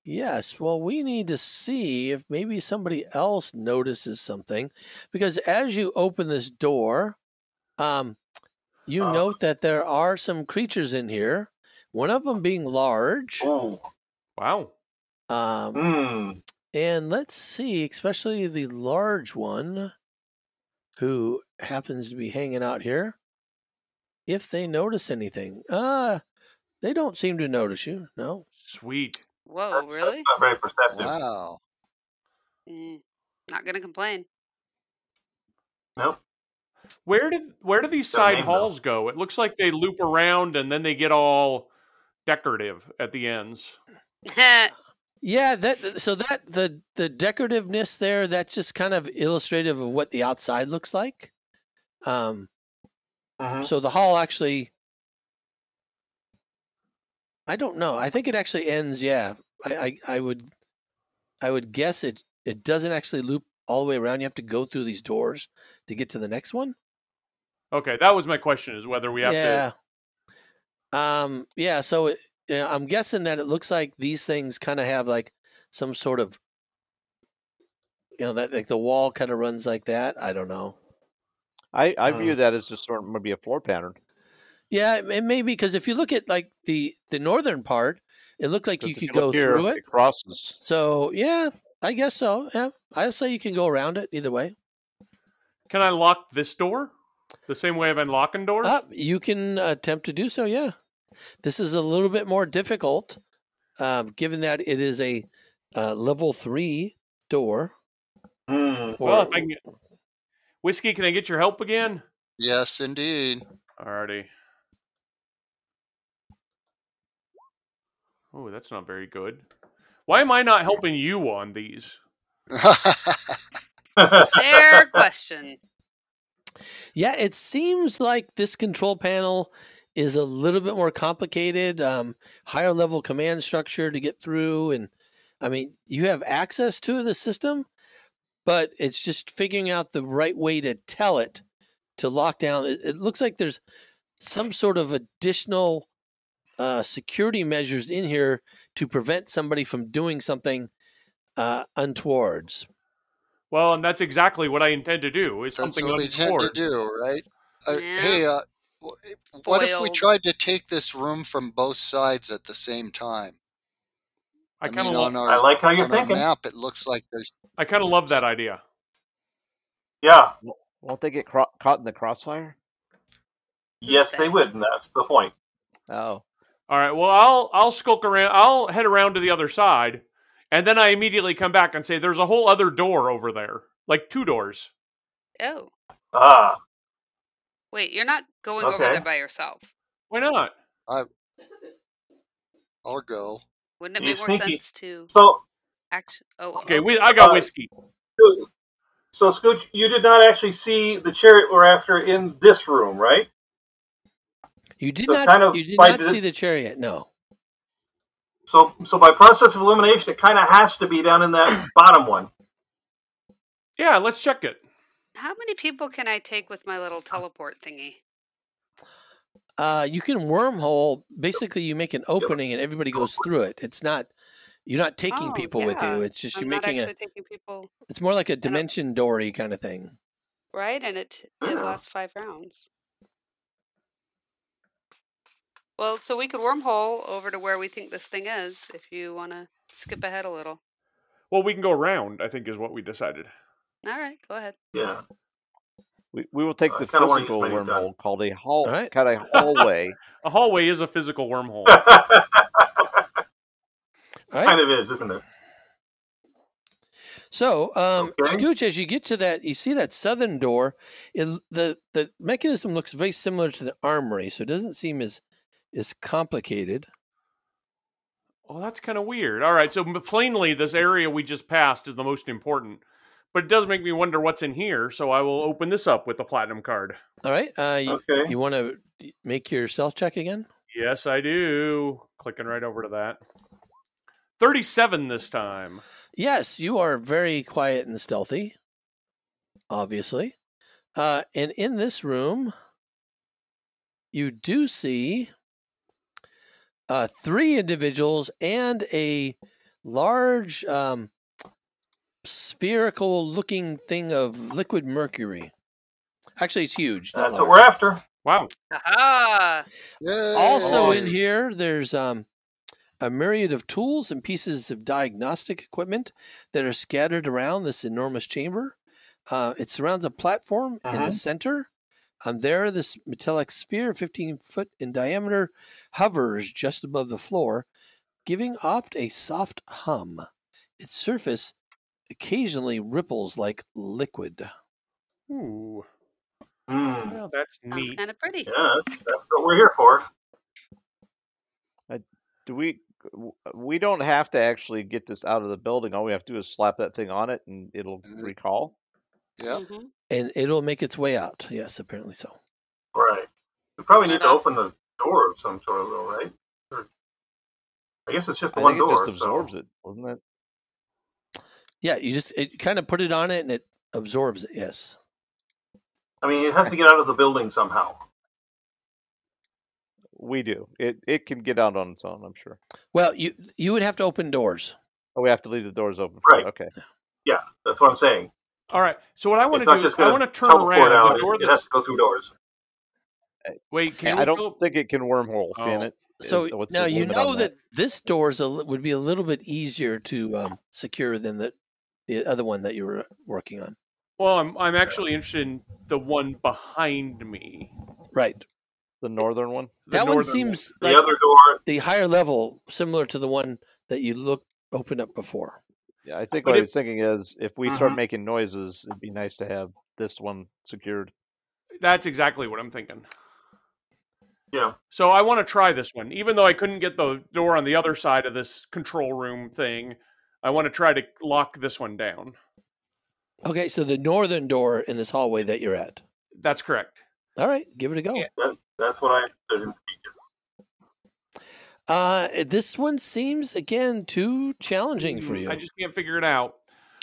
S1: Yes, well, we need to see if maybe somebody else notices something because as you open this door, um, you
S7: Uh.
S1: note that there are some creatures in here, one of them being large.
S7: Ooh.
S6: Wow.
S1: Um,
S7: Mm.
S1: and let's see, especially the large one who happens to be hanging out here, if they notice anything. Uh, they don't seem to notice you, no.
S6: Sweet.
S5: Whoa,
S7: That's,
S5: Oh, really?
S7: that's not very perceptive.
S4: Wow.
S5: Mm, not gonna complain.
S7: Nope.
S6: Where did where do these
S7: Don't
S6: side
S7: name
S6: halls go? It looks like they loop around and then they get all decorative at the ends.
S1: Yeah, that so that the the decorativeness there that's just kind of illustrative of what the outside looks like. Um,
S7: Mhm.
S1: so the hall actually, I don't know. I think it actually ends. Yeah, I I, I would, I would guess it it doesn't actually loop all the way around. You have to go through these doors to get to the next one.
S6: Okay, that was my question: is whether we have to.
S1: yeah. Um. Yeah. So it, you know, I'm guessing that it looks like these things kind of have like some sort of, you know, that like the wall kind of runs like that. I don't know.
S8: I, I
S6: Hmm.
S1: Uh.
S8: view that as just sort of maybe a floor pattern.
S1: Yeah, it, it may be because if you look at like the the northern part, it looked like
S8: 'Cause
S1: you
S8: if
S1: could
S8: look
S1: go
S8: here,
S1: through it.
S8: It crosses.
S1: So yeah, I guess so. Yeah, I say you can go around it either way.
S6: Can I lock this door? The same way I've been locking doors.
S1: Up, you can attempt to do so. Yeah, this is a little bit more difficult, um, given that it is a uh, level three door.
S7: Hmm.
S6: well,
S1: or-
S6: if I can. Get... Whiskey, can I get your help again?
S4: Yes, indeed.
S6: Alrighty. Oh, that's not very good. Why am I not helping you on these?
S5: Fair question.
S1: Yeah, it seems like this control panel is a little bit more complicated, um, higher level command structure to get through. And I mean, you have access to the system, but it's just figuring out the right way to tell it to lock down. It, it looks like there's some sort of additional uh, security measures in here to prevent somebody from doing something uh, untowards.
S6: Well, and that's exactly what I intend to do. Is
S4: That's
S6: something
S4: what we tend to
S6: untoward.
S4: do, right? Uh,
S5: Yeah.
S4: Hey, uh, w- what if we
S5: Foiled.
S4: tried to take this room from both sides at the same time?
S6: I kind
S4: mean,
S6: of
S4: on
S6: lo-
S4: our,
S7: I like how you're
S4: on our
S7: thinking.
S4: map, it looks like there's.
S6: I kind of love that idea.
S7: Yeah.
S8: Won't they get cro- caught in the crossfire?
S7: Yes,
S5: said?
S7: they would. And that's the point.
S8: Oh,
S6: All right. Well, I'll I'll skulk around. I'll head around to the other side, and then I immediately come back and say, "There's a whole other door over there, like two doors."
S5: Oh,
S7: Ah,
S5: wait, you're not going over
S7: Okay.
S5: there by yourself.
S6: Why not?
S4: I'll go.
S5: Wouldn't it
S7: You
S5: make more
S7: sneaky.
S5: sense to
S7: so
S5: action? Oh,
S6: Okay,
S5: oh,
S6: we, I got
S7: Uh,
S6: whiskey.
S7: so Scooch, you did not actually see the chariot we're after in this room, right?
S1: You did
S7: So
S1: not.
S7: kind of
S1: you did
S7: by
S1: not
S7: the-
S1: see the chariot. No.
S7: So, so by process of elimination, it kind of has to be down in that bottom one.
S6: Yeah, let's check it.
S5: How many people can I take with my little teleport thingy?
S1: Uh, you can wormhole. Basically, you make an opening and everybody goes through it. It's not you're not taking
S5: Oh,
S1: people with
S5: yeah.
S1: you. It's just
S5: I'm
S1: you're
S5: not
S1: making
S5: actually
S1: a.
S5: taking people
S1: It's more like a
S5: don't-
S1: dimension dory kind of thing.
S5: right, and it it
S7: Yeah.
S5: lasts five rounds. Well, so we could wormhole over to where we think this thing is, if you want to skip ahead a little.
S6: Well, we can go around. I think is what we decided.
S5: All right, go ahead.
S7: Yeah.
S8: we, we will take
S7: I
S8: the
S7: kinda wanna use
S8: physical
S7: my new gun.
S8: wormhole called a hall,
S1: All right.
S8: called a hallway.
S6: A hallway is a physical wormhole.
S1: All right.
S7: kind of is, isn't it?
S1: So, um,
S7: Okay.
S1: Scooch, as you get to that, you see that southern door. It, the the mechanism looks very similar to the armory, so it doesn't seem as as complicated.
S6: Well, Oh, that's kind of weird. All right, so m- plainly, this area we just passed is the most important, but it does make me wonder what's in here. So I will open this up with the platinum card.
S1: All right. Uh, you,
S7: Okay.
S1: you want to make your self check again?
S6: Yes, I do. Clicking right over to that. Thirty-seven this time.
S1: Yes, you are very quiet and stealthy, obviously. Uh, and in this room, you do see uh, three individuals and a large um, spherical looking thing of liquid mercury. Actually, it's huge. not
S7: That's what
S1: large.
S7: we're after.
S6: Wow.
S5: Aha!
S1: Also in
S4: Yay!
S1: here, there's um, a myriad of tools and pieces of diagnostic equipment that are scattered around this enormous chamber. Uh, it surrounds a platform in
S7: Uh-huh.
S1: the center. Um, there, this metallic sphere, 15 foot in diameter, hovers just above the floor, giving off a soft hum. Its surface occasionally ripples like liquid.
S6: Ooh,
S7: Hmm.
S6: well, that's
S5: Sounds
S6: neat.
S5: kind of pretty.
S7: Yeah, that's, that's what we're here for.
S8: Do we? w- We don't have to actually get this out of the building. All we have to do is slap that thing on it, and it'll
S4: Mhm.
S8: recall.
S4: Yeah.
S5: Mhm.
S1: and it'll make its way out. Yes, apparently so.
S7: Right. We probably
S5: Turn
S7: need
S5: it
S7: to
S5: off.
S7: open the door of some sort, though, right? Or- I guess it's just the
S8: I
S7: one
S8: think it
S7: door.
S8: just absorbs
S7: so.
S8: it, doesn't it?
S1: Yeah, you just it, kind of put it on it and it absorbs it. Yes.
S7: I mean, it has to get out of the building somehow.
S8: We do. It it can get out on its own. I'm sure.
S1: Well, you you would have to open doors.
S8: Oh, we have to leave the doors open. For it.
S7: Right.
S8: Okay.
S7: Yeah, that's what I'm saying.
S6: All right. So what I want
S7: It's
S6: to
S7: not
S6: do is
S7: just
S6: I
S7: going
S6: want
S7: to
S6: to turn
S7: teleport
S6: around
S7: out.
S6: the
S7: it-
S6: door
S7: it, has
S6: that's
S7: to go through doors.
S6: wait. Can
S8: I
S6: you
S8: don't
S6: go-
S8: think it can wormhole can
S6: Oh.
S8: it? Is-
S1: So
S8: what's the
S1: now you
S8: limit on
S1: know that? this door is a, li- would be a little bit easier to um, secure than the the other one that you were working on.
S6: Well, I'm I'm actually interested in the one behind me.
S1: Right.
S8: the northern one.
S6: the
S1: that one
S6: northern
S1: seems
S7: The
S1: like
S7: other door.
S1: the higher level, similar to the one that you looked opened up before.
S8: Yeah, I think
S6: But it-
S8: what
S6: Mm-hmm.
S8: I was thinking is if we start
S7: Mhm.
S8: making noises, it'd be nice to have this one secured.
S6: That's exactly what I'm thinking.
S7: Yeah.
S6: So I want to try this one, even though I couldn't get the door on the other side of this control room thing. I want to try to lock this one down.
S1: Okay, so the northern door in this hallway that you're at.
S6: That's correct.
S1: All right, give it a go.
S6: Yeah.
S7: That's what I. there's-
S1: Uh, this one seems again too challenging for
S6: Mm,
S1: you.
S6: I just can't figure it out.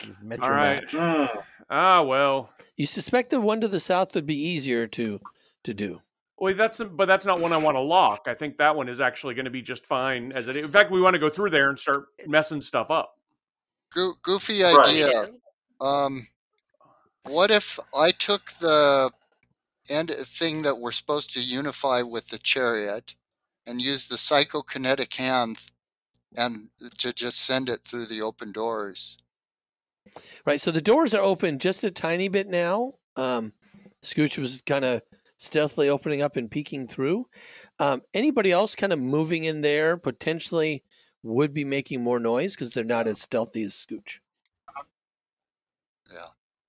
S8: You've met
S6: All
S8: your
S6: right.
S8: match.
S7: Hmm.
S6: Ah, well.
S1: You suspect the one to the south would be easier to to do.
S6: Wait, that's but that's not one I want to lock. I think that one is actually going to be just fine as it. In fact, we want to go through there and start messing stuff up.
S4: Goo- goofy
S7: Right.
S4: idea. Um, what if I took the end uh, thing that we're supposed to unify with the chariot and use the psychokinetic hand and to just send it through the open doors?
S1: Right, so the doors are open just a tiny bit now. Um, Scooch was kind of stealthily opening up and peeking through. Um, anybody else kind of moving in there potentially would be making more noise because they're not as stealthy as Scooch.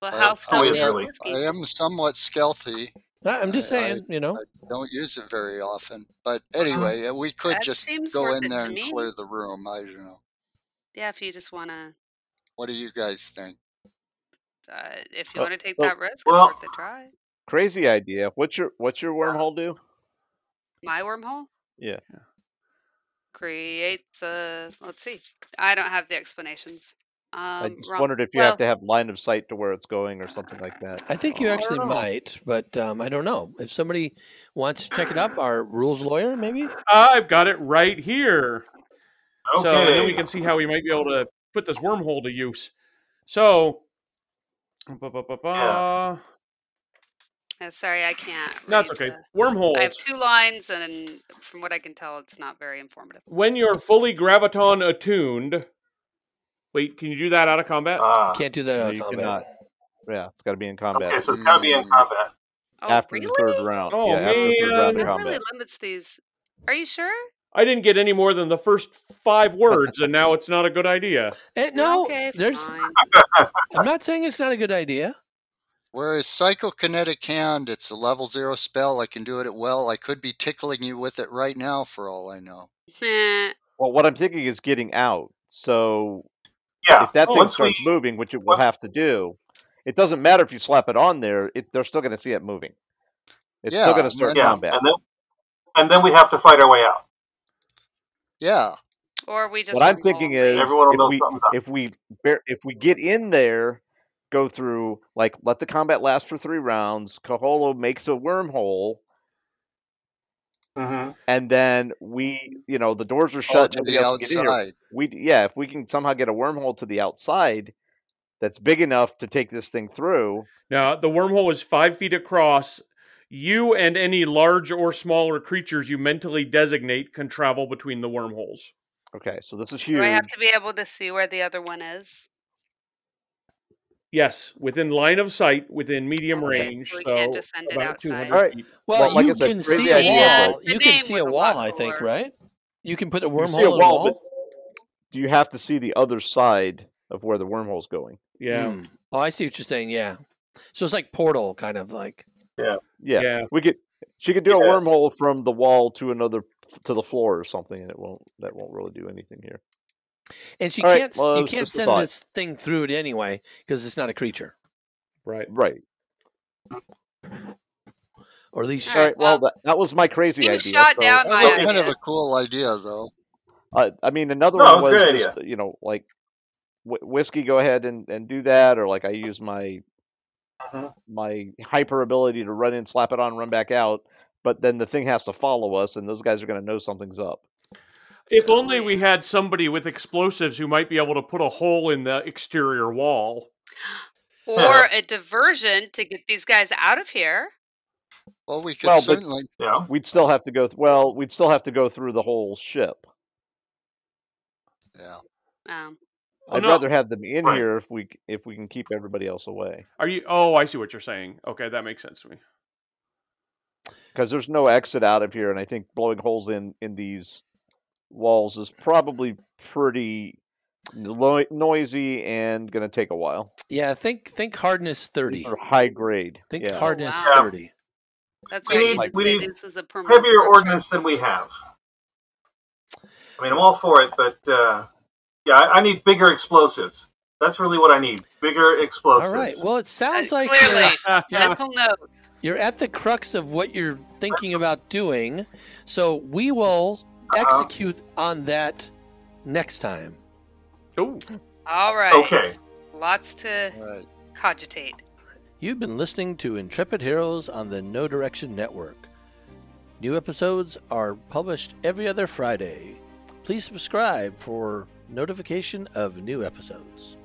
S5: Well,
S4: Uh,
S5: how
S4: oh,
S5: stealthy
S7: yeah,
S5: is
S7: really.
S5: Whiskey?
S4: I am somewhat stealthy.
S1: I- I'm just
S4: I- I-
S1: saying, you know.
S4: Don't use it very often. But anyway, uh, we could
S5: Uh-huh. That
S4: just
S5: seems
S4: go
S5: worth
S4: in
S5: it
S4: there
S5: to
S4: and
S5: me.
S4: clear the room. I don't know.
S5: Yeah, if you just want to,
S4: What do you guys think?
S5: uh, if you
S8: Oh,
S5: want to take
S8: oh,
S5: that risk,
S7: well-
S5: it's worth a try.
S8: Crazy idea. What's your what's your
S6: Uh,
S8: wormhole do?
S5: My wormhole
S8: Yeah.
S5: creates a. Let's see. I don't have the explanations. Um,
S8: I just
S5: wrong-
S8: wondered if you
S5: well-
S8: have to have line of sight to where it's going or something like that.
S1: I think you
S6: I
S1: actually
S6: don't know.
S1: might, but um, I don't know. If somebody wants to check it up, our rules lawyer, maybe?
S6: I've got it right here.
S7: Okay.
S6: So and then we can see how we might be able to put this wormhole to use. So, ba, ba, ba, ba.
S7: Yeah.
S5: uh, sorry, I can't.
S6: no, it's okay.
S5: read the-
S6: Wormholes.
S5: I have two lines, and from what I can tell, it's not very informative.
S6: when you're fully graviton attuned. Wait, can you do that out of combat?
S7: Ah.
S1: Can't do that
S8: No,
S1: out of
S8: you
S1: combat.
S8: cannot. Yeah, it's got to be in combat
S7: okay, so it's gotta be in
S4: Hmm.
S7: combat.
S5: Oh,
S8: after
S5: really?
S8: the third round.
S6: Oh,
S8: yeah, after the third round
S6: man.
S8: of
S5: that
S8: combat.
S5: really limits these. Are you sure?
S6: I didn't get any more than the first five words, and now it's not a good idea.
S1: Eh, no,
S5: Okay,
S1: there's.
S5: fine.
S1: I'm not saying it's not a good idea.
S4: Whereas psychokinetic hand, it's a level zero spell. I can do it at will. I could be tickling you with it right now, for all I know.
S5: Meh.
S8: Well, what I'm thinking is getting out. So
S7: Yeah. Oh,
S8: if that thing
S7: once
S8: starts
S7: we,
S8: moving, which it will
S7: once-
S8: have to do, it doesn't matter if you slap it on there. It, they're still going to see it moving. It's still
S4: Yeah,
S8: going to start
S4: and then-
S7: Yeah.
S8: combat.
S7: And then, and then we have to fight our way out.
S4: Yeah,
S5: or we just.
S8: what I'm
S5: wormhole
S8: thinking
S5: and
S8: is
S5: leave.
S7: Everyone will
S8: if
S7: know
S8: we
S7: something's up.
S8: if we bear, if we get in there, go through like let the combat last for three rounds. Kaholo makes a wormhole,
S7: Mm-hmm.
S8: and then we you know the doors are
S4: all
S8: shut.
S4: Oh, to
S8: Nobody
S4: the
S8: else can get in here.
S4: outside.
S8: We yeah, if we can somehow get a wormhole to the outside that's big enough to take this thing through.
S6: Now, the wormhole is five feet across. You and any large or smaller creatures you mentally designate can travel between the wormholes.
S8: Okay, so this is
S5: Do I
S8: huge.
S5: have to be able to see where the other one is?
S6: Yes, within line of sight, within medium
S5: Okay, so
S6: range.
S5: we
S6: so
S5: can't just send it
S6: about
S5: outside.
S6: 200
S8: All right.
S6: feet.
S1: Well,
S8: Well, like
S1: you
S8: I said,
S1: can
S8: crazy
S1: see a
S8: idea,
S1: wall.
S5: but-
S1: You
S5: The
S1: can
S5: name
S1: see
S5: was
S1: a
S5: a lot
S1: wall, I think,
S5: cooler.
S1: right? You can put a
S8: You can
S1: wormhole
S8: see a
S1: in
S8: wall,
S1: wall.
S8: Do you have to see the other side of where the wormhole's going?
S6: Yeah.
S1: Mm, Hmm. Oh, I see what you're saying. Yeah. So it's like portal, kind of like.
S8: Yeah. We could she could do a
S7: Yeah.
S8: wormhole from the wall to another to the floor or something, and it won't that won't really do anything here.
S1: And she
S8: All right,
S1: can't.
S8: well, that
S1: you
S8: was
S1: can't
S8: just a
S1: send
S8: thought.
S1: this thing through it anyway because it's not a creature,
S6: Right.
S8: Right.
S1: or at least
S5: All
S8: All
S5: right,
S8: right.
S5: well,
S8: Well, that, that was my crazy
S5: you
S8: idea.
S5: shot
S8: so-
S5: down
S4: That was
S5: my
S4: kind of
S5: idea.
S4: a cool idea, though.
S8: I, I mean, another
S7: No, it
S8: one
S7: was a
S8: was
S7: good
S8: just you know like wh- whiskey. Go ahead and, and do that, or like I use my
S7: Mhm.
S8: my hyper ability to run in, slap it on, run back out. But then the thing has to follow us, and those guys are going to know something's up.
S6: If only we had somebody with explosives who might be able to put a hole in the exterior wall.
S5: or a diversion to get these guys out of here.
S4: Well, we could
S8: Well, but-
S4: certainly.
S7: Yeah.
S8: We'd still have to go. Th- well, we'd still have to go through the whole ship.
S4: Yeah.
S5: Um,
S6: Well,
S8: I'd
S6: no.
S8: rather have them in
S7: Right.
S8: here if we c- if we can keep everybody else away
S6: Are you? Oh, I see what you're saying. Okay, that makes sense to me.
S8: because there's no exit out of here, and I think blowing holes in in these walls is probably pretty lo- noisy and going to take a while.
S1: yeah. Think think hardness
S8: These
S1: thirty.
S8: are high grade.
S1: Think
S8: yeah.
S1: hardness
S5: Oh, wow.
S1: thirty.
S5: that's
S7: We
S5: right.
S7: need-
S5: you did
S7: we
S5: say
S7: need
S5: this is a permanent
S7: Heavier
S5: structure.
S7: ordnance than we have. I mean, I'm all for it, but uh, yeah, I, I need bigger explosives. That's really what I need. Bigger explosives.
S1: All right. Well, it sounds
S5: Uh,
S1: like
S5: clearly.
S1: you're,
S5: Mental note.
S1: you're at the crux of what you're thinking about doing. So we will
S5: Uh-huh.
S1: execute on that next time.
S6: Oh,
S5: All right.
S7: Okay.
S5: Lots to
S4: All right.
S5: cogitate.
S1: You've been listening to Intrepid Heroes on the No Direction Network. New episodes are published every other Friday. Please subscribe for notification of new episodes.